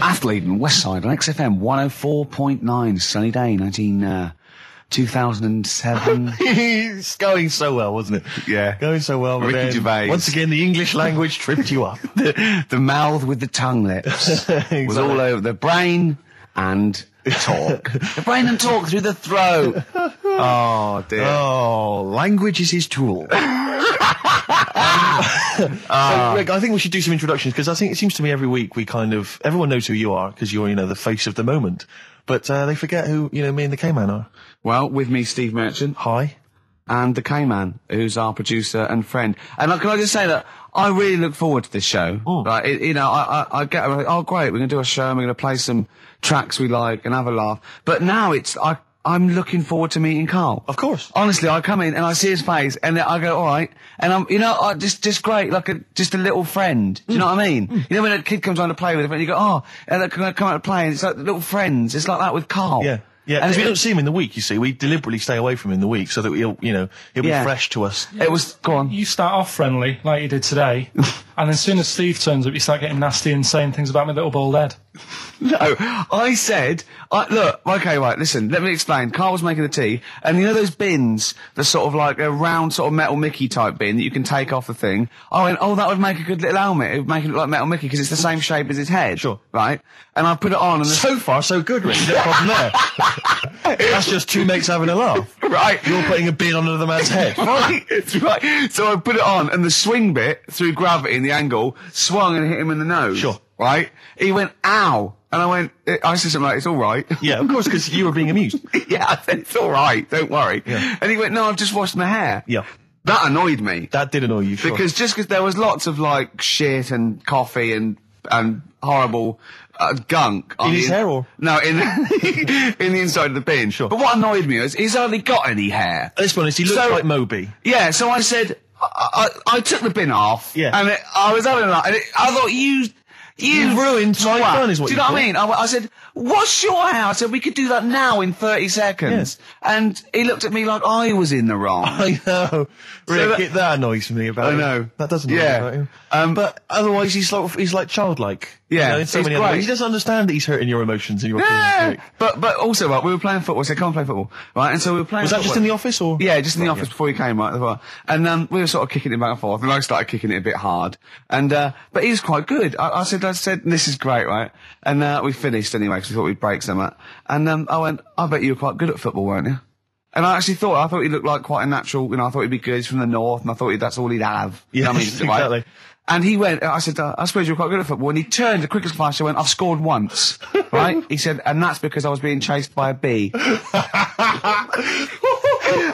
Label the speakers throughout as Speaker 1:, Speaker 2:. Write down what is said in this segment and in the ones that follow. Speaker 1: Athlete and Westside on XFM 104.9, sunny day, 19, uh, 2007.
Speaker 2: it's going so well, wasn't it?
Speaker 1: Yeah.
Speaker 2: Going so well. but
Speaker 1: Ricky
Speaker 2: then,
Speaker 1: Gervais.
Speaker 2: Once again, the English language tripped you up.
Speaker 1: the, the mouth with the tongue lips was
Speaker 2: Exactly.
Speaker 1: all over the brain and talk. the brain and talk through the throat. Oh dear.
Speaker 2: Oh, language is his tool.
Speaker 1: Ah.
Speaker 2: so, Greg, I think we should do some introductions because I think it seems to me every week we kind of everyone knows who you are because you're you know the face of the moment, but uh, they forget who you know me and the K Man are.
Speaker 1: Well, with me, Steve Merchant.
Speaker 2: Hi.
Speaker 1: and the K-Man, who's our producer and friend. And uh, can I just say that I really look forward to this show.
Speaker 2: Oh.
Speaker 1: Like, it, you know, I, I, I get, I'm like, oh great, we're gonna do a show, and we're gonna play some tracks we like and have a laugh. But now it's, I, I'm looking forward to meeting Carl.
Speaker 2: Of course.
Speaker 1: Honestly, I come in and I see his face, and then I go, all right, and I'm, you know, I, just, just great, like a, just a little friend.
Speaker 2: Mm.
Speaker 1: Do you know what I mean? You know when a kid comes on to play with a friend, you go, oh, and they come come out to play, and it's like little friends. It's like that with Carl.
Speaker 2: Yeah. Yeah,
Speaker 1: And
Speaker 2: because we
Speaker 1: it-
Speaker 2: don't see him in the week, you see. We deliberately stay away from him in the week so that he'll, you know, he'll
Speaker 1: Yeah.
Speaker 2: be fresh to us.
Speaker 1: It was, go on.
Speaker 3: You start off friendly, like you did today, and as soon as Steve turns up, you start getting nasty and saying things about my little bald head.
Speaker 1: No, I said, I, look, okay, right, listen, let me explain. Carl was making the tea, and you know those bins, the sort of like a round sort of metal Mickey type bin that you can take off the thing? I went, oh, that would make a good little helmet. It would make it look like metal Mickey because it's the same shape as his head.
Speaker 2: Sure.
Speaker 1: Right? And I put it on and the
Speaker 2: So far, so good, Rick. No problem there. That's just two mates having a laugh.
Speaker 1: Right.
Speaker 2: You're putting a bin on another man's head.
Speaker 1: right, it's right. So I put it on, and the swing bit through gravity and the angle swung and hit him in the nose.
Speaker 2: Sure.
Speaker 1: Right? He went, ow. And I went, I said something like, it's all right.
Speaker 2: Yeah, of course, because you were being amused.
Speaker 1: yeah, I said, it's all right. Don't worry. And he went, no, I've just washed my hair.
Speaker 2: Yeah.
Speaker 1: That annoyed me
Speaker 2: That did annoy you, sure.
Speaker 1: because just because there was lots of like shit and coffee and and horrible uh, gunk on
Speaker 2: his
Speaker 1: the-
Speaker 2: hair or-
Speaker 1: no in in the inside of the bin. Sure. But what annoyed me was he's hardly got any hair.
Speaker 2: Let's be honest, he looks
Speaker 1: So-
Speaker 2: like Moby.
Speaker 1: Yeah, so I said, I, I, I took the bin off.
Speaker 2: Yeah.
Speaker 1: And it, I was having a laugh, and it, I thought, you. You,
Speaker 2: You ruined my
Speaker 1: twat."
Speaker 2: fun is what
Speaker 1: Do you
Speaker 2: you
Speaker 1: know what
Speaker 2: thought.
Speaker 1: I mean? I, w- I said, "What's your house?" And we could do that now in thirty seconds. And he looked at me like I was in the wrong.
Speaker 2: I know. Rick,
Speaker 1: that-
Speaker 2: it- that annoys me about
Speaker 1: I
Speaker 2: him.
Speaker 1: know.
Speaker 2: That doesn't annoy
Speaker 1: Yeah.
Speaker 2: me about him.
Speaker 1: Um,
Speaker 2: but otherwise, he's like, he's like childlike.
Speaker 1: Yeah,
Speaker 2: You know, in so
Speaker 1: he's
Speaker 2: many other
Speaker 1: great.
Speaker 2: ways. He doesn't understand that he's hurting your emotions and your
Speaker 1: Yeah.
Speaker 2: feelings. Rick.
Speaker 1: But but also, right, we were playing football, so I can't play football, right? And so we were playing.
Speaker 2: Was that
Speaker 1: football.
Speaker 2: just in the office or?
Speaker 1: Yeah, just in the office before you came, right? before- And um, we were sort of kicking it back and forth, and I started kicking it a bit hard. And uh, but he was quite good. I, I said, I said, this is great, right? And uh, we finished anyway because we thought we'd break some up. And um, I went, I bet you were quite good at football, weren't you? And I actually thought, I thought he looked like quite a natural, you know, I thought he'd be good, he's from the north, and I thought he'd, that's all he'd have. You know what I
Speaker 2: Yes,
Speaker 1: mean? Right?
Speaker 2: exactly.
Speaker 1: And he went, I said, uh, I suppose you're quite good at football. And he turned the quickest flash and went, I've scored once. right? He said, and that's because I was being chased by a bee. and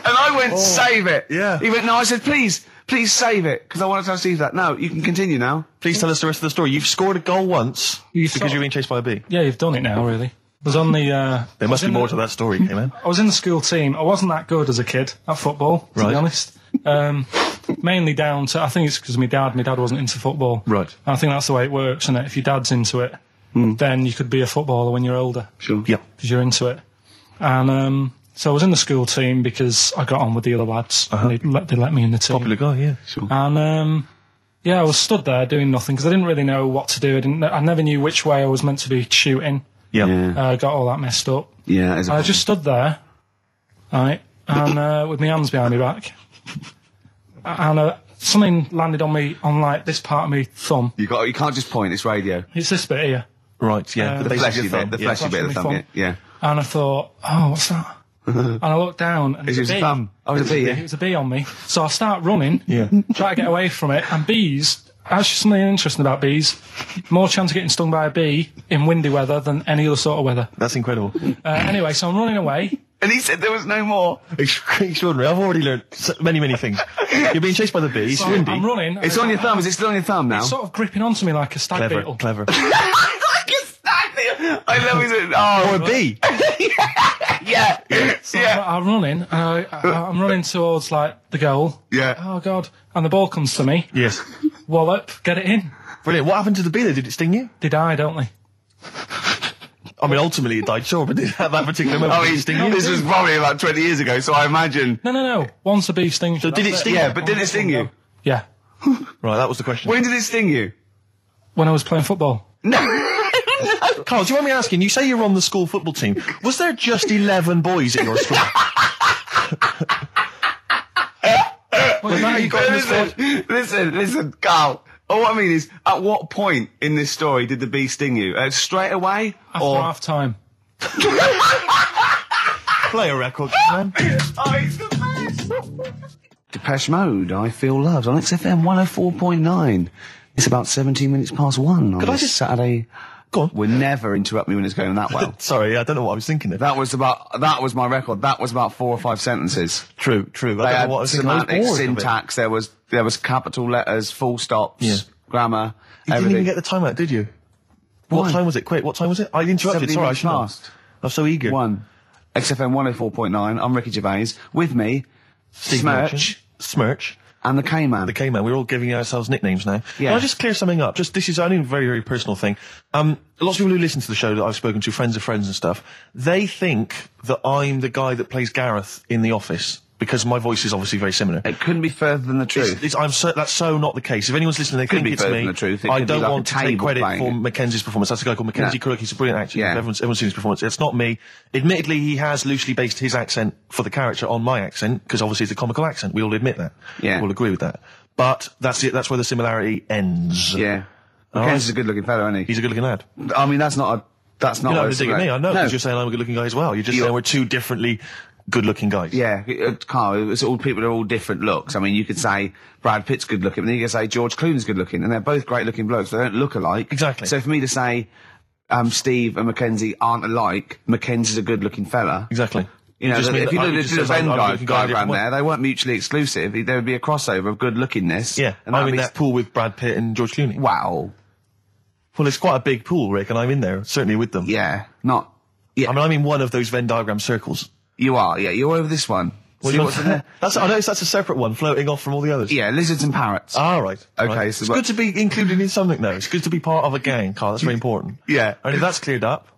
Speaker 1: I went, save it.
Speaker 2: Yeah.
Speaker 1: He went, no, I said, please, please save it, because I wanted to see that. No, you can continue now.
Speaker 2: Please tell us the rest of the story. You've scored a goal once
Speaker 3: You
Speaker 2: because
Speaker 3: saw-
Speaker 2: you're being chased by a bee.
Speaker 3: Yeah, you've done it now, really. I was on the. Uh,
Speaker 2: There must be more to that story, K man.
Speaker 3: I was in the school team. I wasn't that good as a kid at football, to
Speaker 2: Right.
Speaker 3: be honest. Um, mainly down to I think it's because my dad. My dad wasn't into football.
Speaker 2: Right. Hmm.
Speaker 3: And I think that's the way it works, and if your dad's into it, then you could be a footballer when you're older.
Speaker 1: Sure.
Speaker 2: Yeah.
Speaker 3: because you're into it. And um, so I was in the school team because I got on with the other lads,
Speaker 2: Uh-huh.
Speaker 3: and they let, they let me in the team.
Speaker 2: Popular guy, yeah.
Speaker 3: And um, yeah, I was stood there doing nothing because I didn't really know what to do. I didn't. kn- I never knew which way I was meant to be shooting.
Speaker 2: Yeah.
Speaker 3: Uh, got all that messed up.
Speaker 1: Yeah.
Speaker 3: And I just stood there, right, and uh, with my hands behind my back, and uh, something landed on me on like this part of my thumb.
Speaker 1: you got. You can't just point. It's radio.
Speaker 3: It's this bit here.
Speaker 2: Right, yeah.
Speaker 1: The
Speaker 2: base of
Speaker 1: fleshy
Speaker 2: your thumb,
Speaker 1: bit. The
Speaker 2: yeah.
Speaker 1: fleshy bit of the
Speaker 3: Flashing
Speaker 1: thumb.
Speaker 3: my
Speaker 1: Yeah. yeah.
Speaker 3: And I thought, oh, what's that? and I looked down, and
Speaker 1: It
Speaker 3: it's
Speaker 1: was
Speaker 3: a
Speaker 1: a
Speaker 3: bee.
Speaker 1: thumb. Oh, it was a bee.
Speaker 3: It
Speaker 1: Yeah.
Speaker 3: was a bee on me, so I start running,
Speaker 2: Yeah.
Speaker 3: try to get away from it. And bees, actually, something interesting about bees: more chance of getting stung by a bee in windy weather than any other sort of weather.
Speaker 2: That's incredible.
Speaker 3: Uh, anyway, so I'm running away.
Speaker 1: And he said there was no more.
Speaker 2: Extraordinary. I've already learned so many, many things. You're being chased by the bee. It's
Speaker 3: So
Speaker 2: windy.
Speaker 3: I'm running.
Speaker 1: It's on your thumb. Is it still on your thumb now?
Speaker 3: Sort of gripping onto me like a stag
Speaker 2: Clever,
Speaker 3: beetle.
Speaker 2: clever.
Speaker 1: I love it. Oh,
Speaker 2: or a bee.
Speaker 1: yeah,
Speaker 3: So
Speaker 1: yeah.
Speaker 3: I'm, I'm running. And I, I, I'm running towards like the goal.
Speaker 1: Yeah.
Speaker 3: Oh God! And the ball comes to me.
Speaker 2: yes.
Speaker 3: Wallop! Get it in.
Speaker 2: Brilliant. What happened to the bee? There? Did it sting you?
Speaker 3: They die, don't they?
Speaker 2: I mean, ultimately it died, sure, but at that particular moment,
Speaker 1: I
Speaker 2: did
Speaker 1: mean,
Speaker 2: it sting you?
Speaker 1: Oh, this was probably about 20 years ago, so I imagine.
Speaker 3: No, no, no. Once a bee stings. So
Speaker 2: did it sting Oh,
Speaker 1: Yeah, but did it sting you?
Speaker 3: Yeah.
Speaker 2: Right, that was the question.
Speaker 1: When did it sting you?
Speaker 3: When I was playing football.
Speaker 1: No.
Speaker 2: Carl, do you want me asking? You say you're on the school football team. Was there just 11 boys at your school?
Speaker 3: Well, now you got in the squad.
Speaker 1: listen, listen, listen, Carl. All I mean is, at what point in this story did the bee sting you? Uh, straight away,
Speaker 3: After
Speaker 1: or
Speaker 3: half time.
Speaker 2: Play a record, man.
Speaker 1: Oh, it's the best! Depeche Mode, I Feel Loved on XFM 104.9. It's about 17 minutes past one on
Speaker 2: I
Speaker 1: this
Speaker 2: just-
Speaker 1: Saturday.
Speaker 2: Go on.
Speaker 1: Will never interrupt me when it's going that well.
Speaker 2: Sorry, I don't know what I was thinking of.
Speaker 1: that was about, that was my record. That was about four or five sentences.
Speaker 2: True, true. I
Speaker 1: They
Speaker 2: don't know
Speaker 1: had
Speaker 2: what I was thinking. I was
Speaker 1: semantic
Speaker 2: bored of it.
Speaker 1: syntax. There was, there was capital letters, full stops,
Speaker 2: Yeah.
Speaker 1: grammar,
Speaker 2: You didn't
Speaker 1: everything.
Speaker 2: even get the time out, did you?
Speaker 1: Why?
Speaker 2: What time was it? Quick, what time was it? I interrupted.
Speaker 1: 17
Speaker 2: Sorry, I
Speaker 1: minutes
Speaker 2: should have.
Speaker 1: past.
Speaker 2: I'm so eager.
Speaker 1: one. oh XFM 104.9. I'm Ricky Gervais. With me,
Speaker 2: Steve
Speaker 1: Smirch
Speaker 2: Merchant. Smirch.
Speaker 1: and the K-Man.
Speaker 2: The K-Man. We're all giving ourselves nicknames now.
Speaker 1: Yeah.
Speaker 2: Can I just clear something up? Just, this is only a very, very personal thing. Um, lots of people who listen to the show that I've spoken to, friends of friends and stuff, they think that I'm the guy that plays Gareth in The Office because my voice is obviously very similar.
Speaker 1: it couldn't be further than the truth.
Speaker 2: It's- it's- I'm so, that's so not the case. If anyone's listening, they
Speaker 1: Could
Speaker 2: think
Speaker 1: be
Speaker 2: it's
Speaker 1: further
Speaker 2: me.
Speaker 1: than the truth. It
Speaker 2: I
Speaker 1: could be
Speaker 2: don't
Speaker 1: like
Speaker 2: want
Speaker 1: a
Speaker 2: to take
Speaker 1: table
Speaker 2: credit
Speaker 1: bang.
Speaker 2: for Mackenzie's performance. That's a guy called Mackenzie Crook. He's a brilliant actor.
Speaker 1: Yeah.
Speaker 2: Everyone's, everyone's seen his performance. It's not me. Admittedly, he has loosely based his accent for the character on my accent because obviously it's a comical accent. We all admit that.
Speaker 1: Yeah.
Speaker 2: We all agree with that. But that's it. That's where the similarity ends.
Speaker 1: Yeah.
Speaker 2: right.
Speaker 1: Ken's is a good looking fellow, isn't he?
Speaker 2: He's a good-looking lad. You're
Speaker 1: I mean, that's not a. That's not.
Speaker 2: not
Speaker 1: a-
Speaker 2: having to dig at me. I know
Speaker 1: Oh, No.
Speaker 2: because you're saying I'm a good-looking guy as well. You're just
Speaker 1: You're-
Speaker 2: saying we're two differently good-looking guys.
Speaker 1: Yeah, uh, Carl, it's all people are all different looks. I mean, you could say Brad Pitt's good looking, but then you could say George Clooney's good looking, and they're both great looking blokes. They don't look alike.
Speaker 2: Exactly.
Speaker 1: So for me to say, um, Steve and Mackenzie aren't alike, Mackenzie's a good looking fella.
Speaker 2: Exactly.
Speaker 1: You know,
Speaker 2: just
Speaker 1: the-
Speaker 2: mean
Speaker 1: if
Speaker 2: that
Speaker 1: you
Speaker 2: I-
Speaker 1: did
Speaker 2: it
Speaker 1: a-
Speaker 2: just
Speaker 1: did a
Speaker 2: says I'm-
Speaker 1: Venn
Speaker 2: I'm a
Speaker 1: di-
Speaker 2: good-looking guy, different
Speaker 1: diagram
Speaker 2: one.
Speaker 1: there, they weren't mutually exclusive. There would be a crossover of good lookingness.
Speaker 2: Yeah,
Speaker 1: And
Speaker 2: I'm
Speaker 1: that'd
Speaker 2: in
Speaker 1: be
Speaker 2: that pool with Brad Pitt and George Clooney.
Speaker 1: Wow.
Speaker 2: Well, it's quite a big pool, Rick, and I'm in there, certainly with them.
Speaker 1: Yeah. Not. Yeah.
Speaker 2: I mean, I'm in one of those Venn diagram circles.
Speaker 1: you are. Yeah. You're over this one. See what's in there?
Speaker 2: that's, I noticed that's a separate one floating off from all the others.
Speaker 1: Yeah. Lizards and parrots.
Speaker 2: All right.
Speaker 1: Okay,
Speaker 2: right.
Speaker 1: so
Speaker 2: it's
Speaker 1: what-
Speaker 2: good to be included in something, though. It's good to be part of a gang, Carl. That's very important.
Speaker 1: Yeah.
Speaker 2: And if that's cleared up,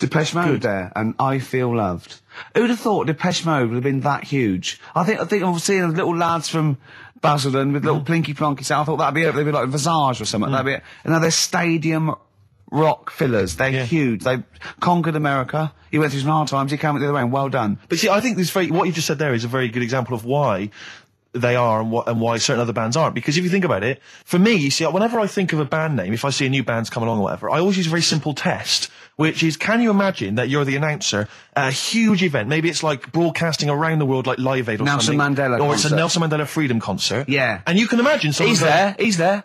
Speaker 1: Depeche Mode there, and I feel loved. Who'd have thought Depeche Mode would have been that huge? I think I think I've seen little lads from Basildon with
Speaker 2: Mm.
Speaker 1: little plinky plonkies. out. I thought that'd be it. They'd be like Visage or something. That'd be it. And now they're stadium rock fillers. They're huge. They conquered America. He went through some hard times. He came out the other way. And well done.
Speaker 2: But see, I think this very what you just said there is a very good example of why they are and what and why certain other bands aren't. Because if you think about it, for me, you see, whenever I think of a band name, if I see a new band's come along or whatever, I always use a very simple test, which is, can you imagine that you're the announcer at a huge event? Maybe it's like broadcasting around the world, like Live Aid or
Speaker 1: Nelson
Speaker 2: something,
Speaker 1: Mandela
Speaker 2: or it's a
Speaker 1: concert.
Speaker 2: Nelson Mandela Freedom concert.
Speaker 1: Yeah.
Speaker 2: and you can imagine someone
Speaker 1: He's
Speaker 2: going,
Speaker 1: there. He's there.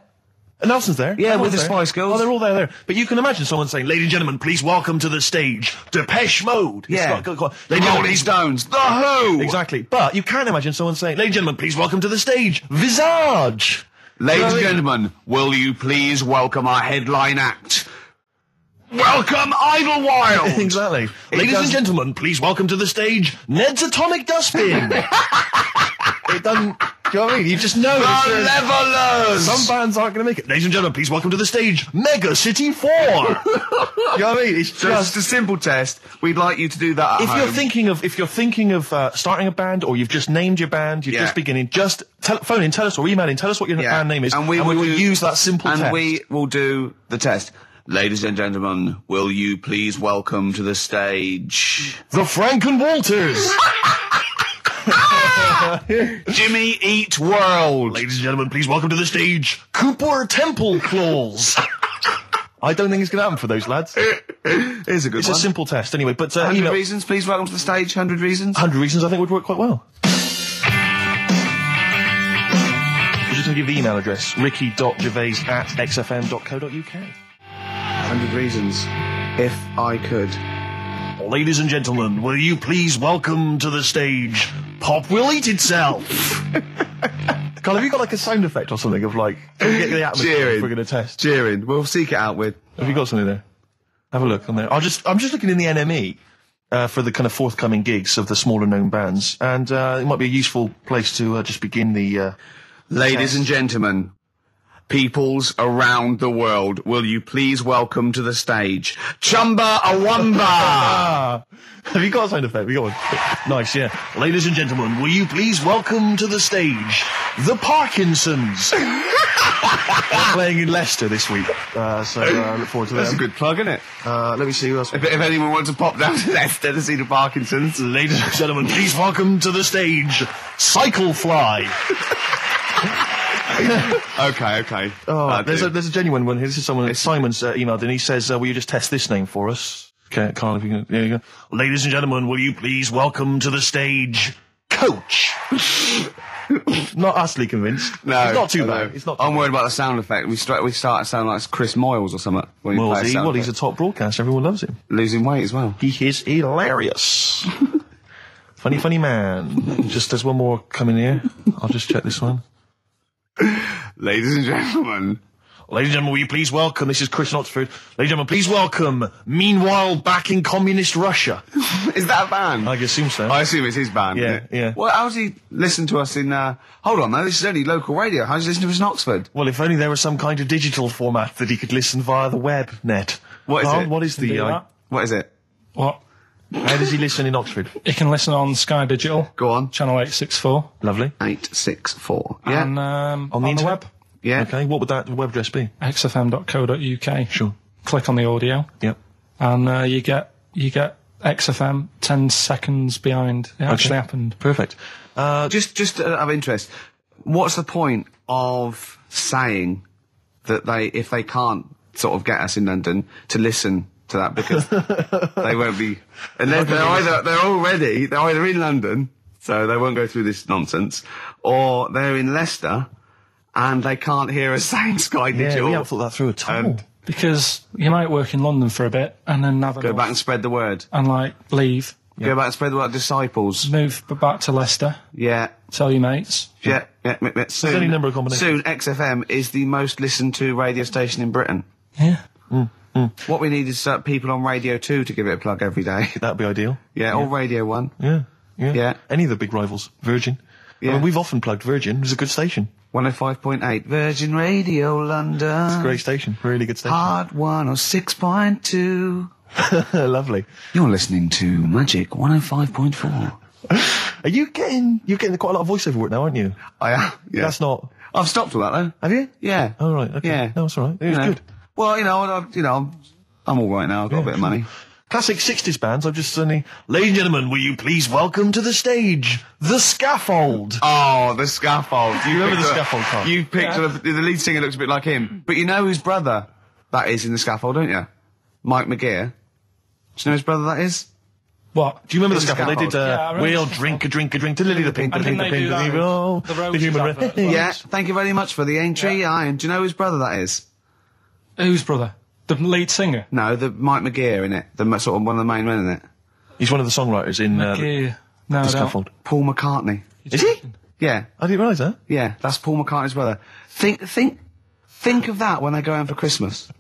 Speaker 2: and Nelson's there.
Speaker 1: Yeah, with
Speaker 2: Everyone's
Speaker 1: the
Speaker 2: there.
Speaker 1: Spice Girls.
Speaker 2: Oh, they're all there, there. But you can imagine someone saying, ladies and gentlemen, please welcome to the stage, Depeche Mode. It's
Speaker 1: Yeah.
Speaker 2: got- got- got-
Speaker 1: The
Speaker 2: Ladies and
Speaker 1: Rolling
Speaker 2: gentlemen-
Speaker 1: Stones. The Who.
Speaker 2: Exactly. But you can imagine someone saying, ladies and gentlemen, please welcome to the stage, Visage.
Speaker 1: Ladies and
Speaker 2: Sorry.
Speaker 1: gentlemen, will you please welcome our headline act? Welcome Idlewild.
Speaker 2: Exactly. ladies and
Speaker 1: doesn't-
Speaker 2: gentlemen, please welcome to the stage, Ned's Atomic Dustbin. it doesn't, do you know what I mean? You just know. it's
Speaker 1: The
Speaker 2: just-
Speaker 1: levelers.
Speaker 2: some bands aren't going to make it. Ladies and gentlemen, please welcome to the stage, Mega City 4. you know what I mean? It's
Speaker 1: So it's
Speaker 2: just
Speaker 1: just a simple test. We'd like you to do that. At
Speaker 2: if you're
Speaker 1: home.
Speaker 2: thinking of if you're thinking of uh, starting a band or you've just named your band, you're
Speaker 1: Yeah.
Speaker 2: just beginning. Just tell, phone in, tell us or email in, tell us what your
Speaker 1: Yeah.
Speaker 2: band name is, and we, will
Speaker 1: do-
Speaker 2: use that simple
Speaker 1: and
Speaker 2: test.
Speaker 1: we will do the test. Ladies and gentlemen, will you please welcome to the stage
Speaker 2: the Franken Walters.
Speaker 1: Jimmy Eat World?
Speaker 2: Ladies and gentlemen, please welcome to the stage Cooper Temple Claws. I don't think it's going to happen for those lads.
Speaker 1: Here's a good
Speaker 2: It's a
Speaker 1: one.
Speaker 2: simple test anyway. But uh,
Speaker 1: 100
Speaker 2: email
Speaker 1: reasons, please welcome to the stage. 100 reasons.
Speaker 2: hundred reasons I think would work quite well. We're just going to give the email address ricky.gervais at xfm.co.uk.
Speaker 1: 100 reasons. If I could.
Speaker 2: Ladies and gentlemen, will you please welcome to the stage Pop Will Eat Itself? Carl, have you got like a sound effect or something of like get the atmosphere
Speaker 1: Cheering.
Speaker 2: if we're going to test?
Speaker 1: Cheering. We'll seek it out with.
Speaker 2: Have you got something there? Have a look on there. I'll just I'm just looking in the NME uh, for the kind of forthcoming gigs of the smaller known bands, and uh, it might be a useful place to uh, just begin the. Uh,
Speaker 1: Ladies and gentlemen, peoples around the world, will you please welcome to the stage Chumba Awamba?
Speaker 2: ah, have you got a sound effect? We got one. nice, yeah. Ladies and gentlemen, will you please welcome to the stage the Parkinsons? playing in Leicester this week, uh, so uh, I look forward to
Speaker 1: That's
Speaker 2: that.
Speaker 1: a good plug, isn't it?
Speaker 2: Uh, let me see who else.
Speaker 1: If, if anyone wants to pop down to Leicester to see the Parkinsons,
Speaker 2: Ladies and gentlemen, please welcome to the stage, Cyclefly.
Speaker 1: okay, okay. Uh,
Speaker 2: Oh,
Speaker 1: That'll
Speaker 2: there's
Speaker 1: do.
Speaker 2: a there's a genuine one here. This is someone that Simon's uh, emailed and he says, uh, "Will you just test this name for us?" Okay, Carl, if you can, there you go. Ladies and gentlemen, will you please welcome to the stage, Coach? not utterly convinced.
Speaker 1: no,
Speaker 2: it's not too
Speaker 1: no,
Speaker 2: bad.
Speaker 1: no.
Speaker 2: It's not.
Speaker 1: I'm worried about the sound effect. We start. We start to sound like Chris Moyles or something. when you
Speaker 2: well,
Speaker 1: play a
Speaker 2: he,
Speaker 1: sound
Speaker 2: well, he's a
Speaker 1: effect.
Speaker 2: top broadcaster. Everyone loves him.
Speaker 1: losing weight as well.
Speaker 2: He is hilarious. funny, funny man. Just there's one more coming here. I'll just check this one.
Speaker 1: Ladies and gentlemen,
Speaker 2: Ladies and gentlemen, will you please welcome? This is Chris Knotsford. Ladies and gentlemen, please welcome. Meanwhile, back in communist Russia.
Speaker 1: is that a band?
Speaker 2: I assume so.
Speaker 1: I assume it's his band.
Speaker 2: Yeah,
Speaker 1: isn't it?
Speaker 2: yeah.
Speaker 1: Well, how's he listen to us in? Uh, hold on, though. This is only local radio. How's he listen to us in Oxford?
Speaker 2: Well, if only there was some kind of digital format that he could listen via the web net.
Speaker 1: What is
Speaker 2: Well,
Speaker 1: it?
Speaker 2: What is
Speaker 3: Do
Speaker 2: the? Uh,
Speaker 3: that.
Speaker 1: What is it?
Speaker 3: What?
Speaker 2: how does he listen in Oxford?
Speaker 3: You can listen on Sky Digital,
Speaker 1: Go on.
Speaker 3: channel 864,
Speaker 2: Lovely.
Speaker 1: Eight six four. Yeah,
Speaker 3: and um,
Speaker 2: On the internet?
Speaker 3: web,
Speaker 1: yeah.
Speaker 2: Okay. What would that web address be?
Speaker 3: xfm.co.uk.
Speaker 2: Sure.
Speaker 3: Click on the audio,
Speaker 2: Yep.
Speaker 3: and uh, you get you get XFM 10 seconds behind. It actually happened.
Speaker 2: Perfect. Uh,
Speaker 1: Just, just out of interest, what's the point of saying that they, if they can't sort of get us in London to listen to that because they won't be, unless they're either they're already they're either in London, so they won't go through this nonsense, or they're in Leicester and they can't hear us saying Sky
Speaker 2: yeah,
Speaker 1: Digital.
Speaker 2: we haven't thought that through at all.
Speaker 1: And-
Speaker 3: Because you might work in London for a bit and then have
Speaker 1: Go
Speaker 3: enough
Speaker 1: back and spread the word.
Speaker 3: and like leave,
Speaker 1: Go back and spread the word. Disciples.
Speaker 3: move back to Leicester,
Speaker 1: Yeah.
Speaker 3: tell your mates.
Speaker 1: Yeah, yeah, yeah, yeah. Soon,
Speaker 2: any number of combinations.
Speaker 1: soon, XFM is the most listened to radio station in Britain.
Speaker 3: Yeah.
Speaker 1: What we need is uh, people on Radio 2 to give it a plug every day.
Speaker 2: That'd be ideal.
Speaker 1: yeah, or Radio 1.
Speaker 2: Yeah. Yeah.
Speaker 1: Yeah.
Speaker 2: Any of the big rivals. Virgin. I
Speaker 1: Yeah.
Speaker 2: mean, we've often plugged Virgin. It's a good station.
Speaker 1: 105.8 Virgin Radio London.
Speaker 2: Great station. Really good station.
Speaker 1: Hard 106.2.
Speaker 2: Lovely.
Speaker 1: You're listening to Magic 105.4.
Speaker 2: Are you getting, you're getting quite a lot of voiceover work now, aren't you?
Speaker 1: I am. Yeah.
Speaker 2: That's not,
Speaker 1: I've stopped all that though.
Speaker 2: have you?
Speaker 1: Yeah.
Speaker 2: Oh, right. Okay.
Speaker 1: Yeah.
Speaker 2: No, it's all right. It
Speaker 1: You
Speaker 2: was
Speaker 1: know.
Speaker 2: good.
Speaker 1: Well, you know, I, you know, I'm, I'm all right now. I've got a bit of money.
Speaker 2: Classic 60s bands, I've just suddenly. Ladies and gentlemen, will you please welcome to the stage, The Scaffold!
Speaker 1: Oh, the scaffold. You
Speaker 2: remember
Speaker 1: picked
Speaker 2: the
Speaker 1: a-
Speaker 2: scaffold part?
Speaker 1: You picked a- the lead singer looks a bit like him, but you know whose brother that is in the scaffold, don't you? Mike McGear. Do you know whose brother that is?
Speaker 3: What?
Speaker 2: Do you remember The
Speaker 1: The
Speaker 2: Scaffold? They did,
Speaker 1: Scaffold.
Speaker 3: Yeah, I
Speaker 2: uh,
Speaker 3: remember
Speaker 2: We'll
Speaker 3: The
Speaker 2: drink a drink a drink to Lily the Pink, the
Speaker 1: And
Speaker 2: Pink,
Speaker 3: didn't
Speaker 2: the Pink,
Speaker 3: they do
Speaker 2: the
Speaker 3: that
Speaker 2: Pink,
Speaker 3: with
Speaker 2: oh,
Speaker 3: the
Speaker 2: the
Speaker 3: Roses
Speaker 2: human
Speaker 3: advert as
Speaker 2: race.
Speaker 3: well?
Speaker 1: Yeah. Thank you very much for the entry, Iron. Do you know whose brother that is?
Speaker 3: Whose brother? The lead singer?
Speaker 1: No, the Mike McGear in it, the ma- sort of one of the main men in it.
Speaker 2: He's one of the songwriters in uh, The
Speaker 3: Yeah. No, I don't.
Speaker 2: Scaffold.
Speaker 1: Paul McCartney.
Speaker 2: Is he?
Speaker 1: Yeah,
Speaker 2: I didn't realise that.
Speaker 1: yeah, that's Paul McCartney's brother. Think, think, think of that when they go in for Christmas.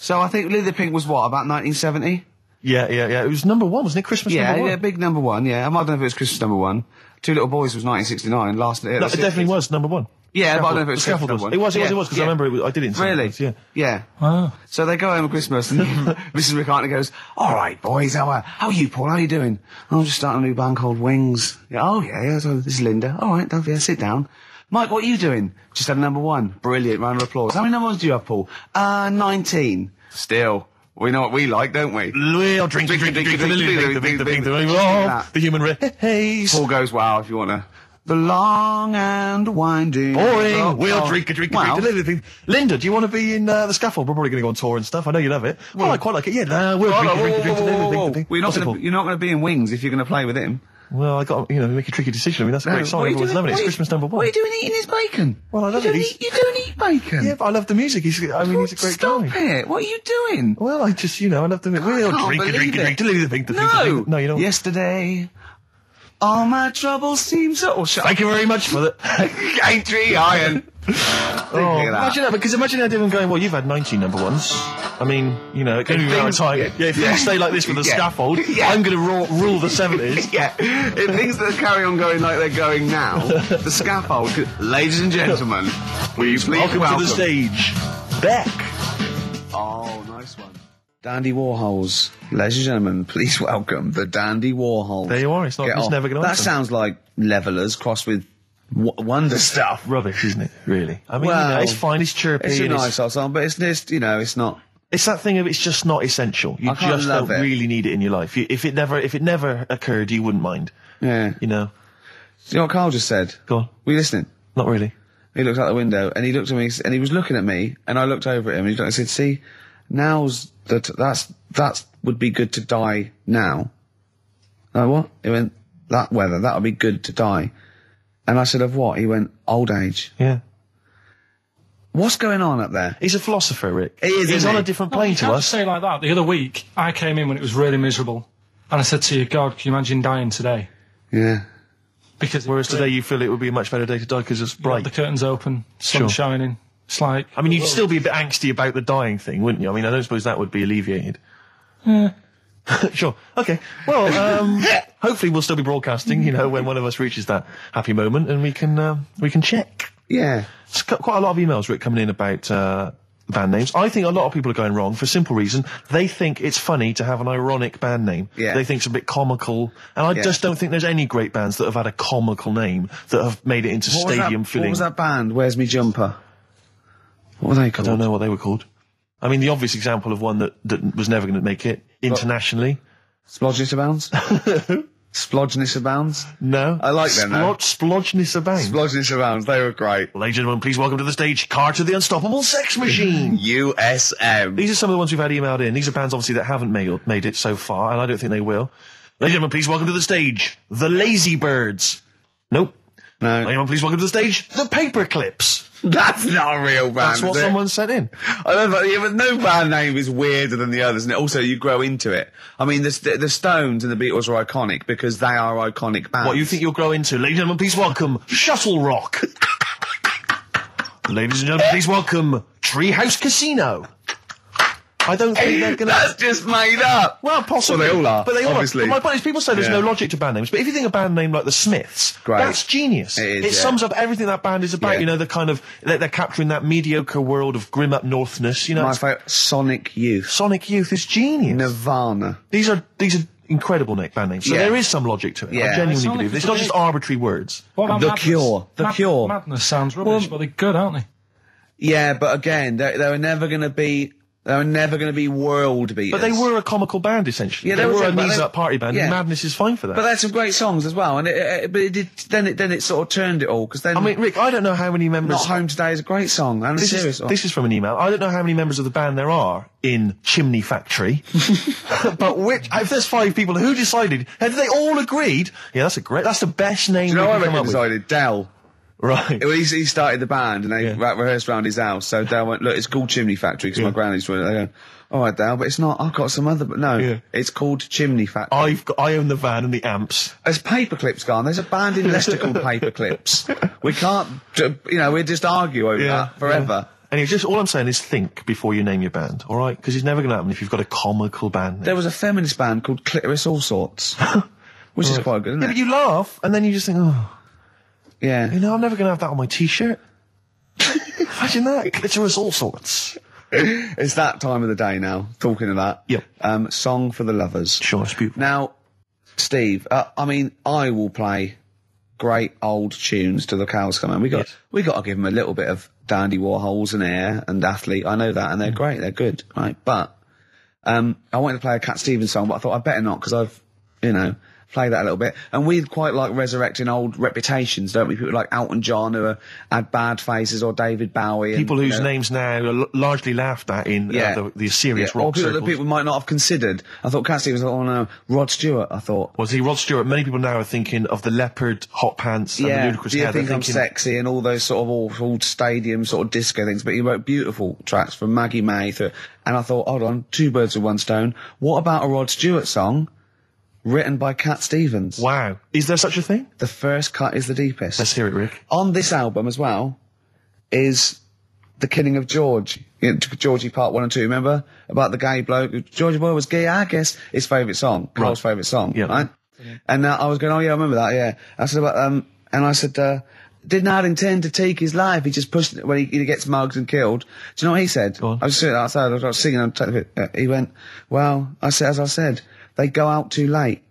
Speaker 1: so I think Lily the Pink was what about 1970?
Speaker 2: Yeah, yeah, yeah. It was number one, wasn't it? Christmas
Speaker 1: Yeah,
Speaker 2: number one.
Speaker 1: yeah, big number one. Yeah, I don't know if it was Christmas number one. Two Little Boys was 1969. Last hit.
Speaker 2: No,
Speaker 1: of
Speaker 2: it
Speaker 1: the
Speaker 2: definitely
Speaker 1: 60s.
Speaker 2: was number one.
Speaker 1: Yeah, but I don't know if it
Speaker 2: The
Speaker 1: was
Speaker 2: Scaffold
Speaker 1: Christmas
Speaker 2: was.
Speaker 1: number one.
Speaker 2: It was, it was,
Speaker 1: Yeah,
Speaker 2: it was, because
Speaker 1: yeah.
Speaker 2: I remember it was, I did it in
Speaker 1: Really?
Speaker 2: Scaffolds, Yeah.
Speaker 1: Yeah.
Speaker 3: Oh.
Speaker 1: So they go home at Christmas, and Mrs. McCartney goes, "All right, boys, how are, how are you, Paul? How are you doing? I'm just starting a new band called Wings. Yeah, oh yeah, yeah. So this is Linda. All right, don't yeah, sit down. Mike, what are you doing? Just had a number one. Brilliant. Round of applause. How many numbers do you have, Paul? Uh, nineteen. Still, we know what we like, don't we?
Speaker 2: We'll drink a drink a drink to Lily the Pink, the Pink, the Pink, the Pink, oh, the human race.
Speaker 1: Paul goes, wow, if you want to. The long and winding.
Speaker 2: Boring.
Speaker 1: Oh,
Speaker 2: we'll
Speaker 1: oh.
Speaker 2: drink a drink. A
Speaker 1: Well,
Speaker 2: drink to Linda, think- Linda, do you want to be in uh, the scaffold? We're probably going to go on tour and stuff. I know you love it. Well, I quite like it. Yeah, nah, we'll
Speaker 1: hold on,
Speaker 2: drink a
Speaker 1: whoa,
Speaker 2: drink. A drink to
Speaker 1: whoa,
Speaker 2: Linda,
Speaker 1: oh, whoa,
Speaker 2: think-
Speaker 1: whoa.
Speaker 2: think-
Speaker 1: We're not
Speaker 2: What's it
Speaker 1: gonna,
Speaker 2: called?
Speaker 1: you're not going to be in Wings if you're going to play with him.
Speaker 2: Well, I got you know make a tricky decision. I mean, that's a great song.
Speaker 1: What are you
Speaker 2: Everyone's
Speaker 1: doing-
Speaker 2: loving
Speaker 1: what
Speaker 2: it. It's
Speaker 1: are you-
Speaker 2: Christmas number
Speaker 1: What are
Speaker 2: one.
Speaker 1: you doing eating his bacon?
Speaker 2: Well, I love
Speaker 1: you
Speaker 2: it.
Speaker 1: Don't
Speaker 2: He's-
Speaker 1: eat, you don't eat bacon.
Speaker 2: Yeah, but I love the music. He's I mean, he's a great
Speaker 1: Stop
Speaker 2: guy.
Speaker 1: it. What are you doing?
Speaker 2: Well, I just you know I love the music. We'll
Speaker 1: can't
Speaker 2: drink a drink
Speaker 1: believe
Speaker 2: a drink
Speaker 1: it.
Speaker 2: to Linda, think the Pink, the
Speaker 1: No.
Speaker 2: Pink. No, you don't.
Speaker 1: Yesterday, all my troubles seem so. Oh, shut
Speaker 2: Thank you very much for that.
Speaker 1: Aintree Iron.
Speaker 2: Oh,
Speaker 1: Look at that.
Speaker 2: imagine that, because imagine how different going, well, you've had 19 number ones. I mean, you know, it could be our
Speaker 1: things-
Speaker 2: time.
Speaker 1: yeah,
Speaker 2: Yeah, if
Speaker 1: yeah.
Speaker 2: you stay like this with a
Speaker 1: Yeah.
Speaker 2: scaffold,
Speaker 1: Yeah.
Speaker 2: I'm going to rule, rule the 70s.
Speaker 1: Yeah, if things that carry on going like they're going now, the scaffold, could- ladies and gentlemen, will you please welcome,
Speaker 2: Welcome, to the stage, Beck.
Speaker 1: Oh, nice one. Dandy Warhols, ladies and gentlemen, please welcome the Dandy Warhols.
Speaker 2: There you are, it's not-
Speaker 1: Get
Speaker 2: it's
Speaker 1: off.
Speaker 2: never gonna
Speaker 1: That
Speaker 2: happen.
Speaker 1: sounds like levelers crossed with W- wonder stuff.
Speaker 2: Rubbish, isn't it? Really? I mean,
Speaker 1: Well,
Speaker 2: you know, it's fine. It's chirpy.
Speaker 1: It's a
Speaker 2: and it's-
Speaker 1: nice old song, but it's just you know, it's not.
Speaker 2: It's that thing of it's just not essential. You
Speaker 1: I kinda
Speaker 2: just
Speaker 1: love
Speaker 2: don't
Speaker 1: it.
Speaker 2: really need it in your life. You, if it never, if it never occurred, you wouldn't mind.
Speaker 1: Yeah.
Speaker 2: You know,
Speaker 1: You know what Carl just said?
Speaker 2: Go on.
Speaker 1: Were you listening?
Speaker 2: not really.
Speaker 1: He looked out the window and he looked at me and he was looking at me and I looked over at him and he looked, I said, "See, now's that that's that's would be good to die now." I went, what? He went, "That weather, that would be good to die." And I said, "Of what?" He went, "Old age."
Speaker 2: Yeah.
Speaker 1: What's going on up there?
Speaker 2: He's a philosopher, Rick.
Speaker 1: He is,
Speaker 2: He's
Speaker 1: isn't
Speaker 2: on
Speaker 1: he?
Speaker 2: a different
Speaker 3: Well,
Speaker 2: plane
Speaker 3: you
Speaker 2: to
Speaker 3: can't
Speaker 2: us.
Speaker 3: Say it like that. The other week, I came in when it was really miserable, and I said to you, "God, can you imagine dying today?"
Speaker 1: Yeah.
Speaker 3: Because
Speaker 2: Whereas
Speaker 3: it's
Speaker 2: today, you feel it would be a much better day to die because it's bright.
Speaker 3: the curtains open, sun
Speaker 2: Sure.
Speaker 3: shining. It's like
Speaker 2: I mean, you'd still be a bit angsty about the dying thing, wouldn't you? I mean, I don't suppose that would be alleviated. sure. Okay. Well, um, hopefully we'll still be broadcasting. You know, when one of us reaches that happy moment, and we can um we can check.
Speaker 1: Yeah.
Speaker 2: It's got quite a lot of emails, Rick, coming in about uh, band names. I think a lot of people are going wrong for a simple reason. They think it's funny to have an ironic band name.
Speaker 1: Yeah.
Speaker 2: They think it's a bit comical. And I
Speaker 1: Yeah.
Speaker 2: just don't think there's any great bands that have had a comical name that have made it into
Speaker 1: What was that-
Speaker 2: stadium
Speaker 1: What
Speaker 2: filling.
Speaker 1: was that band? Where's me jumper? What were they called?
Speaker 2: I don't know what they were called. I mean, the obvious example of one that, that was never going to make it internationally.
Speaker 1: Splodgeness abounds. Splodgeness abounds.
Speaker 2: No.
Speaker 1: I like them, though.
Speaker 2: Splod- Splodgeness Abound.
Speaker 1: Splodgeness abounds. They were great.
Speaker 2: Ladies and gentlemen, please welcome to the stage Carter the Unstoppable Sex Machine.
Speaker 1: USM.
Speaker 2: These are some of the ones we've had emailed in. These are bands, obviously, that haven't made, made it so far, and I don't think they will. Ladies and gentlemen, please welcome to the stage The Lazy Birds. Nope. Ladies and
Speaker 1: No,
Speaker 2: gentlemen, please welcome to the stage The Paperclips.
Speaker 1: that's not a real band.
Speaker 2: That's what
Speaker 1: is it?
Speaker 2: someone sent in.
Speaker 1: I love that. Yeah, but no band name is weirder than the others, and also you grow into it. I mean, the, St- the Stones and the Beatles are iconic because they are iconic bands.
Speaker 2: What you think you'll grow into. Ladies and gentlemen, please welcome Shuttle Rock. Ladies and gentlemen, please welcome Treehouse Casino. I don't think they're going to.
Speaker 1: That's just made up.
Speaker 2: Well, possibly.
Speaker 1: Well, they all are,
Speaker 2: But they all
Speaker 1: obviously.
Speaker 2: But my point is, people say there's
Speaker 1: Yeah.
Speaker 2: no logic to band names. But if you think a band name like the Smiths,
Speaker 1: Great.
Speaker 2: that's genius.
Speaker 1: It is, yeah.
Speaker 2: sums up everything that band is about.
Speaker 1: Yeah.
Speaker 2: You know, the kind of they're, they're capturing that mediocre world of grim up northness. You know,
Speaker 1: My
Speaker 2: it's-
Speaker 1: favourite, Sonic Youth,
Speaker 2: Sonic Youth is genius.
Speaker 1: Nirvana.
Speaker 2: These are these are incredible Nick band names. So
Speaker 1: Yeah.
Speaker 2: there is some logic to it.
Speaker 1: Yeah.
Speaker 2: I genuinely
Speaker 3: Sonic
Speaker 2: believe it.
Speaker 3: is
Speaker 2: It's not
Speaker 3: great.
Speaker 2: just arbitrary words.
Speaker 3: What about
Speaker 1: The
Speaker 3: Madness?
Speaker 1: Cure. The
Speaker 3: Mad-
Speaker 1: Cure.
Speaker 3: Madness sounds rubbish, but they're good, aren't they?
Speaker 1: Yeah, but again, they, they were never going to be. They were never going to be world beaters.
Speaker 2: But they were a comical band essentially.
Speaker 1: Yeah,
Speaker 2: they,
Speaker 1: they
Speaker 2: were
Speaker 1: were-
Speaker 2: a
Speaker 1: but
Speaker 2: knees
Speaker 1: they-
Speaker 2: up party band.
Speaker 1: yeah.
Speaker 2: and Madness is fine for that.
Speaker 1: But they had some great songs as well, and it, it, it- but it did, then it then it sort of turned it all because then
Speaker 2: I mean, Rick, I don't know how many members.
Speaker 1: Not Home Today is a great song. And
Speaker 2: This
Speaker 1: serious. oh.
Speaker 2: is, this is from an email. I don't know how many members of the band there are in Chimney Factory, but which, if there's five people, who decided? Have they all agreed? Yeah, that's a great. That's the best name.
Speaker 1: you know, I
Speaker 2: we can come
Speaker 1: reckon
Speaker 2: up with.
Speaker 1: decided Dell.
Speaker 2: Right.
Speaker 1: Well, he, he started the band and they
Speaker 2: Yeah.
Speaker 1: re- rehearsed round his house. So Dale went, look, it's called Chimney Factory because my granny used to. They go, all right, Dale, but it's not. I've got some other. But no,
Speaker 2: Yeah.
Speaker 1: it's called Chimney Factory.
Speaker 2: I've got, I own the van and the amps.
Speaker 1: There's paperclips gone. There's a band in Leicester called Paperclips. We can't, d- you know, we just argue over that forever.
Speaker 2: yeah. Anyway, just all I'm saying is think before you name your band, all right? Because it's never going to happen if you've got a comical band. name.
Speaker 1: There was a feminist band called Clitoris All Sorts, which is quite good, isn't
Speaker 2: yeah,
Speaker 1: it?
Speaker 2: but you laugh and then you just think, oh.
Speaker 1: yeah.
Speaker 2: You know, I'm never going to have that on my t-shirt. Imagine that. Glitterous all sorts.
Speaker 1: It's that time of the day now, talking of that.
Speaker 2: Yep.
Speaker 1: Um, Song for the Lovers.
Speaker 2: Sure, it's beautiful.
Speaker 1: Now, Steve, uh, I mean, I will play great old tunes till the cows come in. We got
Speaker 2: Yes.
Speaker 1: we got to give them a little bit of Dandy Warhols and Air and Athlete. I know that, and they're
Speaker 2: Mm.
Speaker 1: great. They're good, right? But um, I wanted to play a Cat Stevens song, but I thought I would better not because I've you know played that a little bit. And we quite like resurrecting old reputations, don't we? People like Elton John who are, had bad faces, or David Bowie. and,
Speaker 2: People
Speaker 1: you
Speaker 2: whose
Speaker 1: know,
Speaker 2: names now are l- largely laughed at in
Speaker 1: Yeah.
Speaker 2: uh, the, the serious
Speaker 1: yeah, or
Speaker 2: rock
Speaker 1: people that
Speaker 2: circles.
Speaker 1: people might not have considered. I thought Cat Stevens. I thought, oh no, Rod Stewart. I thought.
Speaker 2: Well, see, Rod Stewart, many people now are thinking of the leopard hot pants and the ludicrous
Speaker 1: do you
Speaker 2: hair. They're
Speaker 1: think I'm
Speaker 2: thinking-
Speaker 1: sexy and all those sort of awful stadium sort of disco things? But he wrote beautiful tracks from Maggie May through, and I thought, hold on, two birds with one stone. What about a Rod Stewart song written by Cat Stevens?
Speaker 2: Wow. Is there such a thing?
Speaker 1: The first cut is the deepest.
Speaker 2: Let's hear it, Rick.
Speaker 1: On this album as well is the killing of George. You know, Georgie part one and two, remember? About the gay bloke. Georgie Boy was gay, I guess. His favourite song. Carl's favourite song.
Speaker 2: Yeah.
Speaker 1: Right? And uh, I was going, oh yeah, I remember that, yeah. I said about, um, and I said, uh, did not intend to take his life. He just pushed it when he, he gets mugged and killed. Do you know what he said?
Speaker 2: on.
Speaker 1: I was sitting outside, I was, I was singing, I'm t- uh, he went, well, I said, as I said, they go out too late.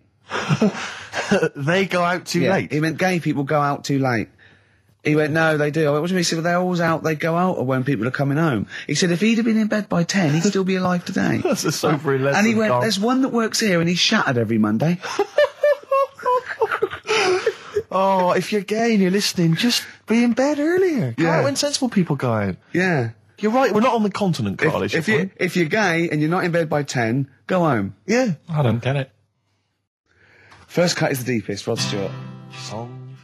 Speaker 2: They go out too
Speaker 1: Yeah.
Speaker 2: late.
Speaker 1: He meant gay people go out too late. He went, no, they do. I went, what do you mean? He said, well, they're always out, they go out when people are coming home. He said, if he'd have been in bed by 10, he'd still be alive today.
Speaker 2: That's a sobering lesson.
Speaker 1: and he went,
Speaker 2: Dom.
Speaker 1: there's one that works here and he's shattered every Monday.
Speaker 2: Oh, if you're gay and you're listening, just be in bed earlier. Go
Speaker 1: Yeah.
Speaker 2: out when sensible people go out.
Speaker 1: yeah.
Speaker 2: You're right, we're not on the continent, Carl.
Speaker 1: If,
Speaker 2: is your
Speaker 1: if, you,
Speaker 2: point?
Speaker 1: if you're gay and you're not in bed by 10, go home.
Speaker 2: Yeah.
Speaker 3: I don't get it.
Speaker 1: First cut is the deepest, Rod Stewart.
Speaker 2: Song.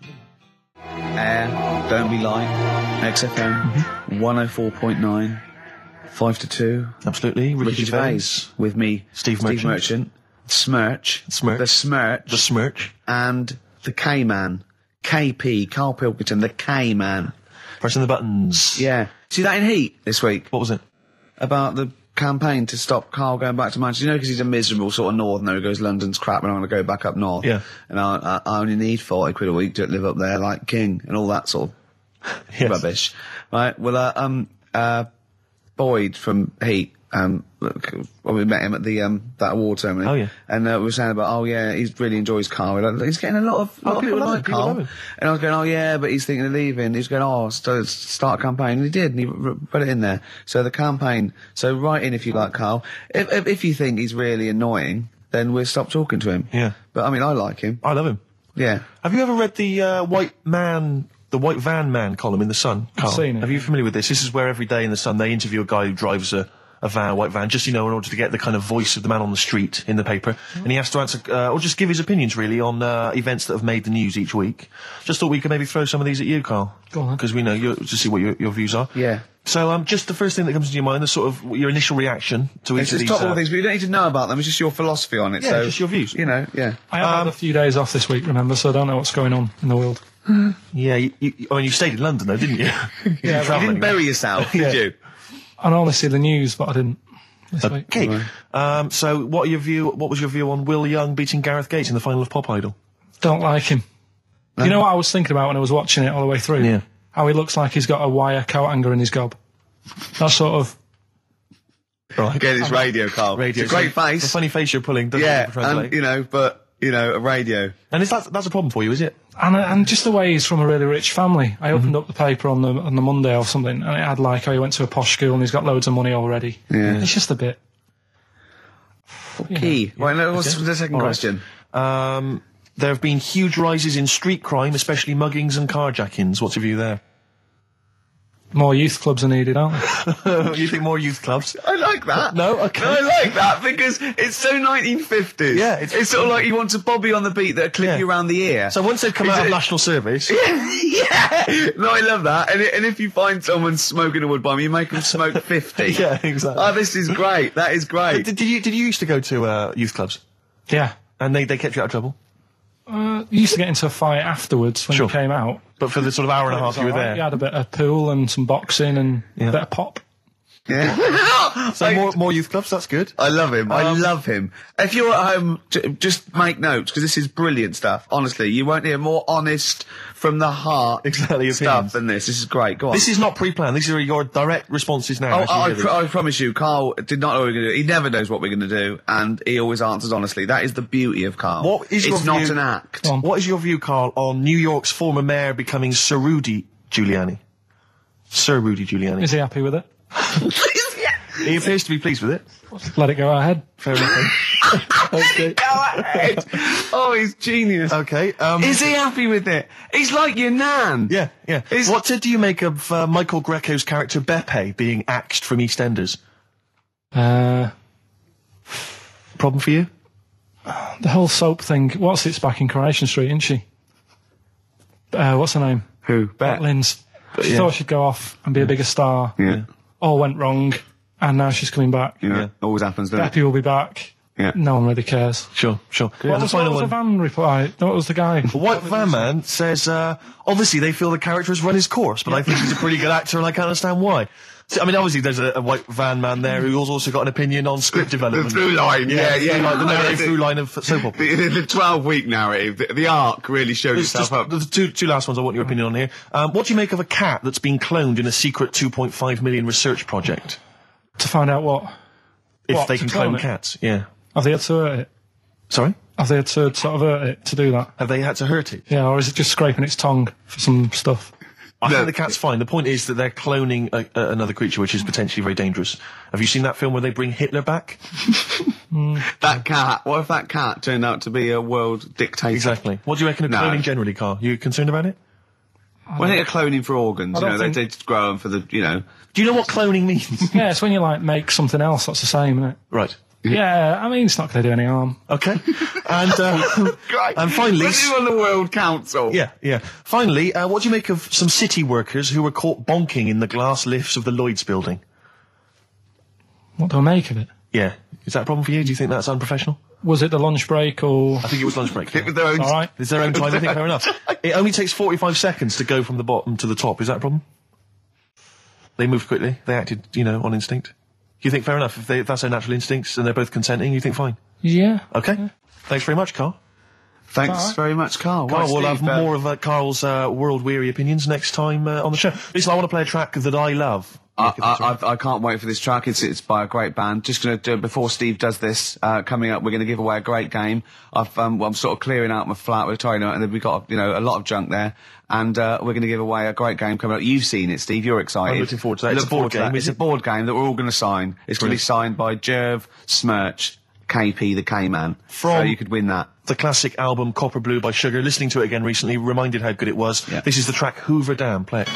Speaker 1: Air, Don't Be Light,
Speaker 2: Mm-hmm.
Speaker 1: XFM, 104.9, 5 to 2,
Speaker 2: Absolutely. Ricky,
Speaker 1: Ricky
Speaker 2: Gervais.
Speaker 1: Gervais with me,
Speaker 2: Steve Merchant.
Speaker 1: Smirch,
Speaker 2: Smirch.
Speaker 1: The Smirch,
Speaker 2: The smirch.
Speaker 1: and the K-Man, KP, Carl Pilkington, the K-Man.
Speaker 2: Pressing the buttons.
Speaker 1: Yeah. See that in Heat this week?
Speaker 2: What was it?
Speaker 1: about the campaign to stop Carl going back to Manchester. You know, because he's a miserable sort of northerner who goes, London's crap, and I'm going to go back up north.
Speaker 2: Yeah.
Speaker 1: And I, I, I only need 40 quid a week to live up there like king and all that sort of
Speaker 2: Yes.
Speaker 1: rubbish. Right. Well, uh, um, uh, Boyd from Heat, um, look, when we met him at the, um, that award ceremony.
Speaker 2: Oh, yeah.
Speaker 1: And, uh, we were saying about, oh yeah, he really enjoys Carl. We're like, he's getting a lot of, lot of
Speaker 2: people
Speaker 1: people
Speaker 2: Oh, love
Speaker 1: like
Speaker 2: him, people love
Speaker 1: Carl.
Speaker 2: him.
Speaker 1: And I was going, oh yeah, but he's thinking of leaving. He's going, oh, st- start a campaign. And he did, and he r- put it in there. So the campaign, so write in if you like Carl. If, if, if you think he's really annoying, then we'll stop talking to him.
Speaker 2: Yeah.
Speaker 1: But I mean, I like him.
Speaker 2: I love him.
Speaker 1: Yeah.
Speaker 2: Have you ever read the uh, White Man, the White Van Man column in the Sun? Carl?
Speaker 3: seen it.
Speaker 2: Are you familiar with this? This is where every day in the Sun they interview a guy who drives a. A van, a white van, just you know, in order to get the kind of voice of the man on the street in the paper,
Speaker 3: Mm-hmm.
Speaker 2: and he has to answer uh, or just give his opinions really on uh, events that have made the news each week. Just thought we could maybe throw some of these at you, Carl,
Speaker 3: Go on then.
Speaker 2: because we know you to see what your, your views are.
Speaker 1: Yeah.
Speaker 2: So, um, just the first thing that comes to your mind, the sort of your initial reaction to each
Speaker 1: It's just
Speaker 2: of these.
Speaker 1: top all
Speaker 2: uh,
Speaker 1: things, but you don't need to know about them. It's just your philosophy on it.
Speaker 2: Yeah,
Speaker 1: so,
Speaker 2: just your views.
Speaker 1: You know, yeah.
Speaker 3: I have had a few days off this week, remember, so I don't know what's going on in the world.
Speaker 2: yeah, you, you, I mean, you stayed in London though, didn't you? yeah,
Speaker 1: You didn't bury yourself, did you?
Speaker 3: I normally see the news, but I didn't this week.
Speaker 2: Okay. Um, so, what are your view? What was your view on Will Young beating Gareth Gates in the final of Pop Idol?
Speaker 3: Don't like him. You know what I was thinking about when I was watching it all the way through?
Speaker 2: Yeah.
Speaker 3: How he looks like he's got a wire coat hanger in his gob. That sort of
Speaker 2: Right.
Speaker 1: Again, it's radio, Carl.
Speaker 2: Radio.
Speaker 1: It's a great
Speaker 2: so The
Speaker 1: face.
Speaker 2: funny face you're pulling doesn't
Speaker 1: Yeah,
Speaker 2: translate.
Speaker 1: and, you know, but, you know, a radio.
Speaker 2: and is that that's a problem for you, is it?
Speaker 3: and uh, and just the way he's from a really rich family.
Speaker 2: Mm-hmm.
Speaker 3: I opened up the paper on the on the Monday or something, and it had like, oh, he went to a posh school and he's got loads of money already.
Speaker 1: Yeah.
Speaker 3: It's just a bit.
Speaker 1: Key. Right, now, what's
Speaker 2: Okay.
Speaker 1: the second
Speaker 2: All right.
Speaker 1: question?
Speaker 2: Um, there have been huge rises in street crime, especially muggings and carjackings. What's your view there?
Speaker 3: More youth clubs are needed, aren't they?
Speaker 2: you think more youth clubs?
Speaker 1: I like that.
Speaker 2: No, okay.
Speaker 1: I like that because it's so 1950s.
Speaker 2: Yeah, it's-
Speaker 1: sort of like you want a bobby on the beat that'll clip
Speaker 2: Yeah.
Speaker 1: you around the ear.
Speaker 2: So once they've come
Speaker 1: Is
Speaker 2: out
Speaker 1: it-
Speaker 2: of national service,
Speaker 1: yeah, no, I love that. And, i- and if you find someone smoking a wood bomb, you make them smoke 50.
Speaker 2: yeah, exactly.
Speaker 1: Oh, this is great. That is great.
Speaker 2: did, did you did you used to go to uh, youth clubs
Speaker 3: Yeah.
Speaker 2: and they, they kept you out of trouble?
Speaker 3: Uh, you used to get into a fight afterwards when
Speaker 2: Sure.
Speaker 3: you came out.
Speaker 2: But for the sort of hour and a half you were
Speaker 3: Alright,
Speaker 2: there,
Speaker 3: You had a bit of pool and some boxing and
Speaker 2: Yeah.
Speaker 3: a bit of pop.
Speaker 1: Yeah.
Speaker 2: so more more youth clubs. That's good.
Speaker 1: I love him. I
Speaker 2: Um,
Speaker 1: love him. If you're at home, j- just make notes because this is brilliant stuff. Honestly, you won't hear more honest from the heart
Speaker 2: Exactly, opinions.
Speaker 1: stuff than this. This is great. Go on.
Speaker 2: This is not pre-planned. These are your direct responses now.
Speaker 1: Oh,
Speaker 2: as you
Speaker 1: I, I,
Speaker 2: hear
Speaker 1: pr-
Speaker 2: these.
Speaker 1: I promise you, Carl did not know what we were going to do. He never knows what we're going to do, and he always answers honestly. That is the beauty of Carl.
Speaker 2: What is your
Speaker 1: it's not
Speaker 2: view-
Speaker 1: an act.
Speaker 3: Go on.
Speaker 2: What is your view, Carl, on New York's former mayor becoming Sir Rudy Giuliani? Sir Rudy Giuliani.
Speaker 3: Is he happy with it?
Speaker 2: he appears to be pleased with it.
Speaker 3: Let it go ahead.
Speaker 2: Fair enough. okay.
Speaker 1: Go ahead. oh, he's genius.
Speaker 2: Okay. Um,
Speaker 1: Is he happy with it? He's like your nan.
Speaker 2: yeah, yeah.
Speaker 1: Is-
Speaker 2: what did you make of uh, Michael Greco's character Beppe being axed from EastEnders?
Speaker 3: Uh,
Speaker 2: Problem for you?
Speaker 3: the whole soap thing. What's it's back in Coronation Street, isn't she? Uh, what's her name?
Speaker 1: Who? Bet.
Speaker 3: Lynn's. She
Speaker 2: Uh, yeah. Mm.
Speaker 3: thought she'd go off and be a bigger star.
Speaker 1: Yeah.
Speaker 3: All went wrong, and now she's coming back.
Speaker 1: yeah.
Speaker 2: Yeah.
Speaker 1: Always happens, doesn't it?
Speaker 3: Beppy will be back.
Speaker 1: Yeah.
Speaker 3: No one really cares.
Speaker 2: Sure, sure.
Speaker 3: What
Speaker 2: And the
Speaker 3: was, what
Speaker 2: final
Speaker 3: was the
Speaker 2: one.
Speaker 3: van reply? What was the guy?
Speaker 2: White Van Man says, uh, obviously they feel the character has run his course, but I think he's a pretty good actor and I can't understand why. So, I mean, obviously there's a, a White Van Man there who's also got an opinion on script
Speaker 1: The
Speaker 2: development.
Speaker 1: through line. Yeah, yeah.
Speaker 2: Like the narrative
Speaker 1: The-
Speaker 2: through line of soap opera.
Speaker 1: The, the, 12 week narrative, the, the arc really showed
Speaker 2: It's
Speaker 1: itself
Speaker 2: just
Speaker 1: up.
Speaker 2: the the two, two last ones I want your opinion on here. Um, what do you make of a cat that's been cloned in a secret 2.5 million research project?
Speaker 3: To find out what?
Speaker 2: If
Speaker 3: What,
Speaker 2: they
Speaker 3: to
Speaker 2: can
Speaker 3: clone
Speaker 2: clone
Speaker 3: it?
Speaker 2: cats, yeah.
Speaker 3: Have they had to hurt it?
Speaker 2: Sorry?
Speaker 3: Have they had to sort of hurt it to do that?
Speaker 2: Have they had to hurt it?
Speaker 3: Yeah, or is it just scraping its tongue for some stuff?
Speaker 2: I
Speaker 1: No.
Speaker 2: think the cat's fine. The point is that they're cloning a, a, another creature, which is potentially very dangerous. Have you seen that film where they bring Hitler back?
Speaker 1: That cat. What if that cat turned out to be a world dictator?
Speaker 2: Exactly. What do you reckon of
Speaker 1: No.
Speaker 2: cloning generally, Carl? You concerned about it?
Speaker 1: When they're cloning for organs, you
Speaker 3: don't
Speaker 1: know, they
Speaker 3: think-
Speaker 1: did grow them for the, you know.
Speaker 2: Do you know what cloning means?
Speaker 3: Yeah, it's when you like make something else that's the same, isn't it?
Speaker 2: right.
Speaker 3: Yeah, I mean it's not going to do any harm.
Speaker 2: Okay. And uh,
Speaker 1: Great.
Speaker 2: and finally,
Speaker 1: Put him on the World Council.
Speaker 2: yeah, yeah. Finally, uh, what do you make of some city workers who were caught bonking in the glass lifts of the Lloyd's building?
Speaker 3: What do I make of it?
Speaker 2: Yeah. Is that a problem for you? Do you think that's unprofessional?
Speaker 3: Was it the lunch break or?
Speaker 2: I think it was lunch break.
Speaker 1: With their own-
Speaker 3: All right.
Speaker 2: It's their own time. I think fair enough. It only takes 45 seconds to go from the bottom to the top. Is that a problem? They moved quickly. They acted, you know, on instinct. You think fair enough if, they, if that's their natural instincts and they're both consenting. You think fine.
Speaker 3: Yeah.
Speaker 2: Okay. Thanks very much, Carl.
Speaker 1: Thanks
Speaker 3: All right.
Speaker 1: very much, Carl.
Speaker 2: Carl,
Speaker 1: Right,
Speaker 2: we'll
Speaker 1: Steve,
Speaker 2: have
Speaker 1: uh,
Speaker 2: more of uh, Carl's uh, world-weary opinions next time uh, on the show. Listen, I want to play a track that I love.
Speaker 1: I,
Speaker 2: Nick, if that's all
Speaker 1: I, I, I can't wait for this track. It's it's by a great band. Just gonna do, before Steve does this. Uh, coming up, we're gonna give away a great game. I've um, well, I'm sort of clearing out my flat. We're tidying up, and then we got you know a lot of junk there, and uh, we're gonna give away a great game coming up. You've seen it, Steve. You're excited.
Speaker 2: I'm looking forward to that. It's a board game,
Speaker 1: It's a
Speaker 2: isn't it?
Speaker 1: board game that we're all gonna sign. It's gonna be signed by Jerv Smirch, KP the K Man. so
Speaker 2: From-
Speaker 1: you could win that.
Speaker 2: the classic album Copper Blue by Sugar. Listening to it again recently, reminded how good it was.
Speaker 1: Yeah.
Speaker 2: This is the track Hoover Dam. Play it.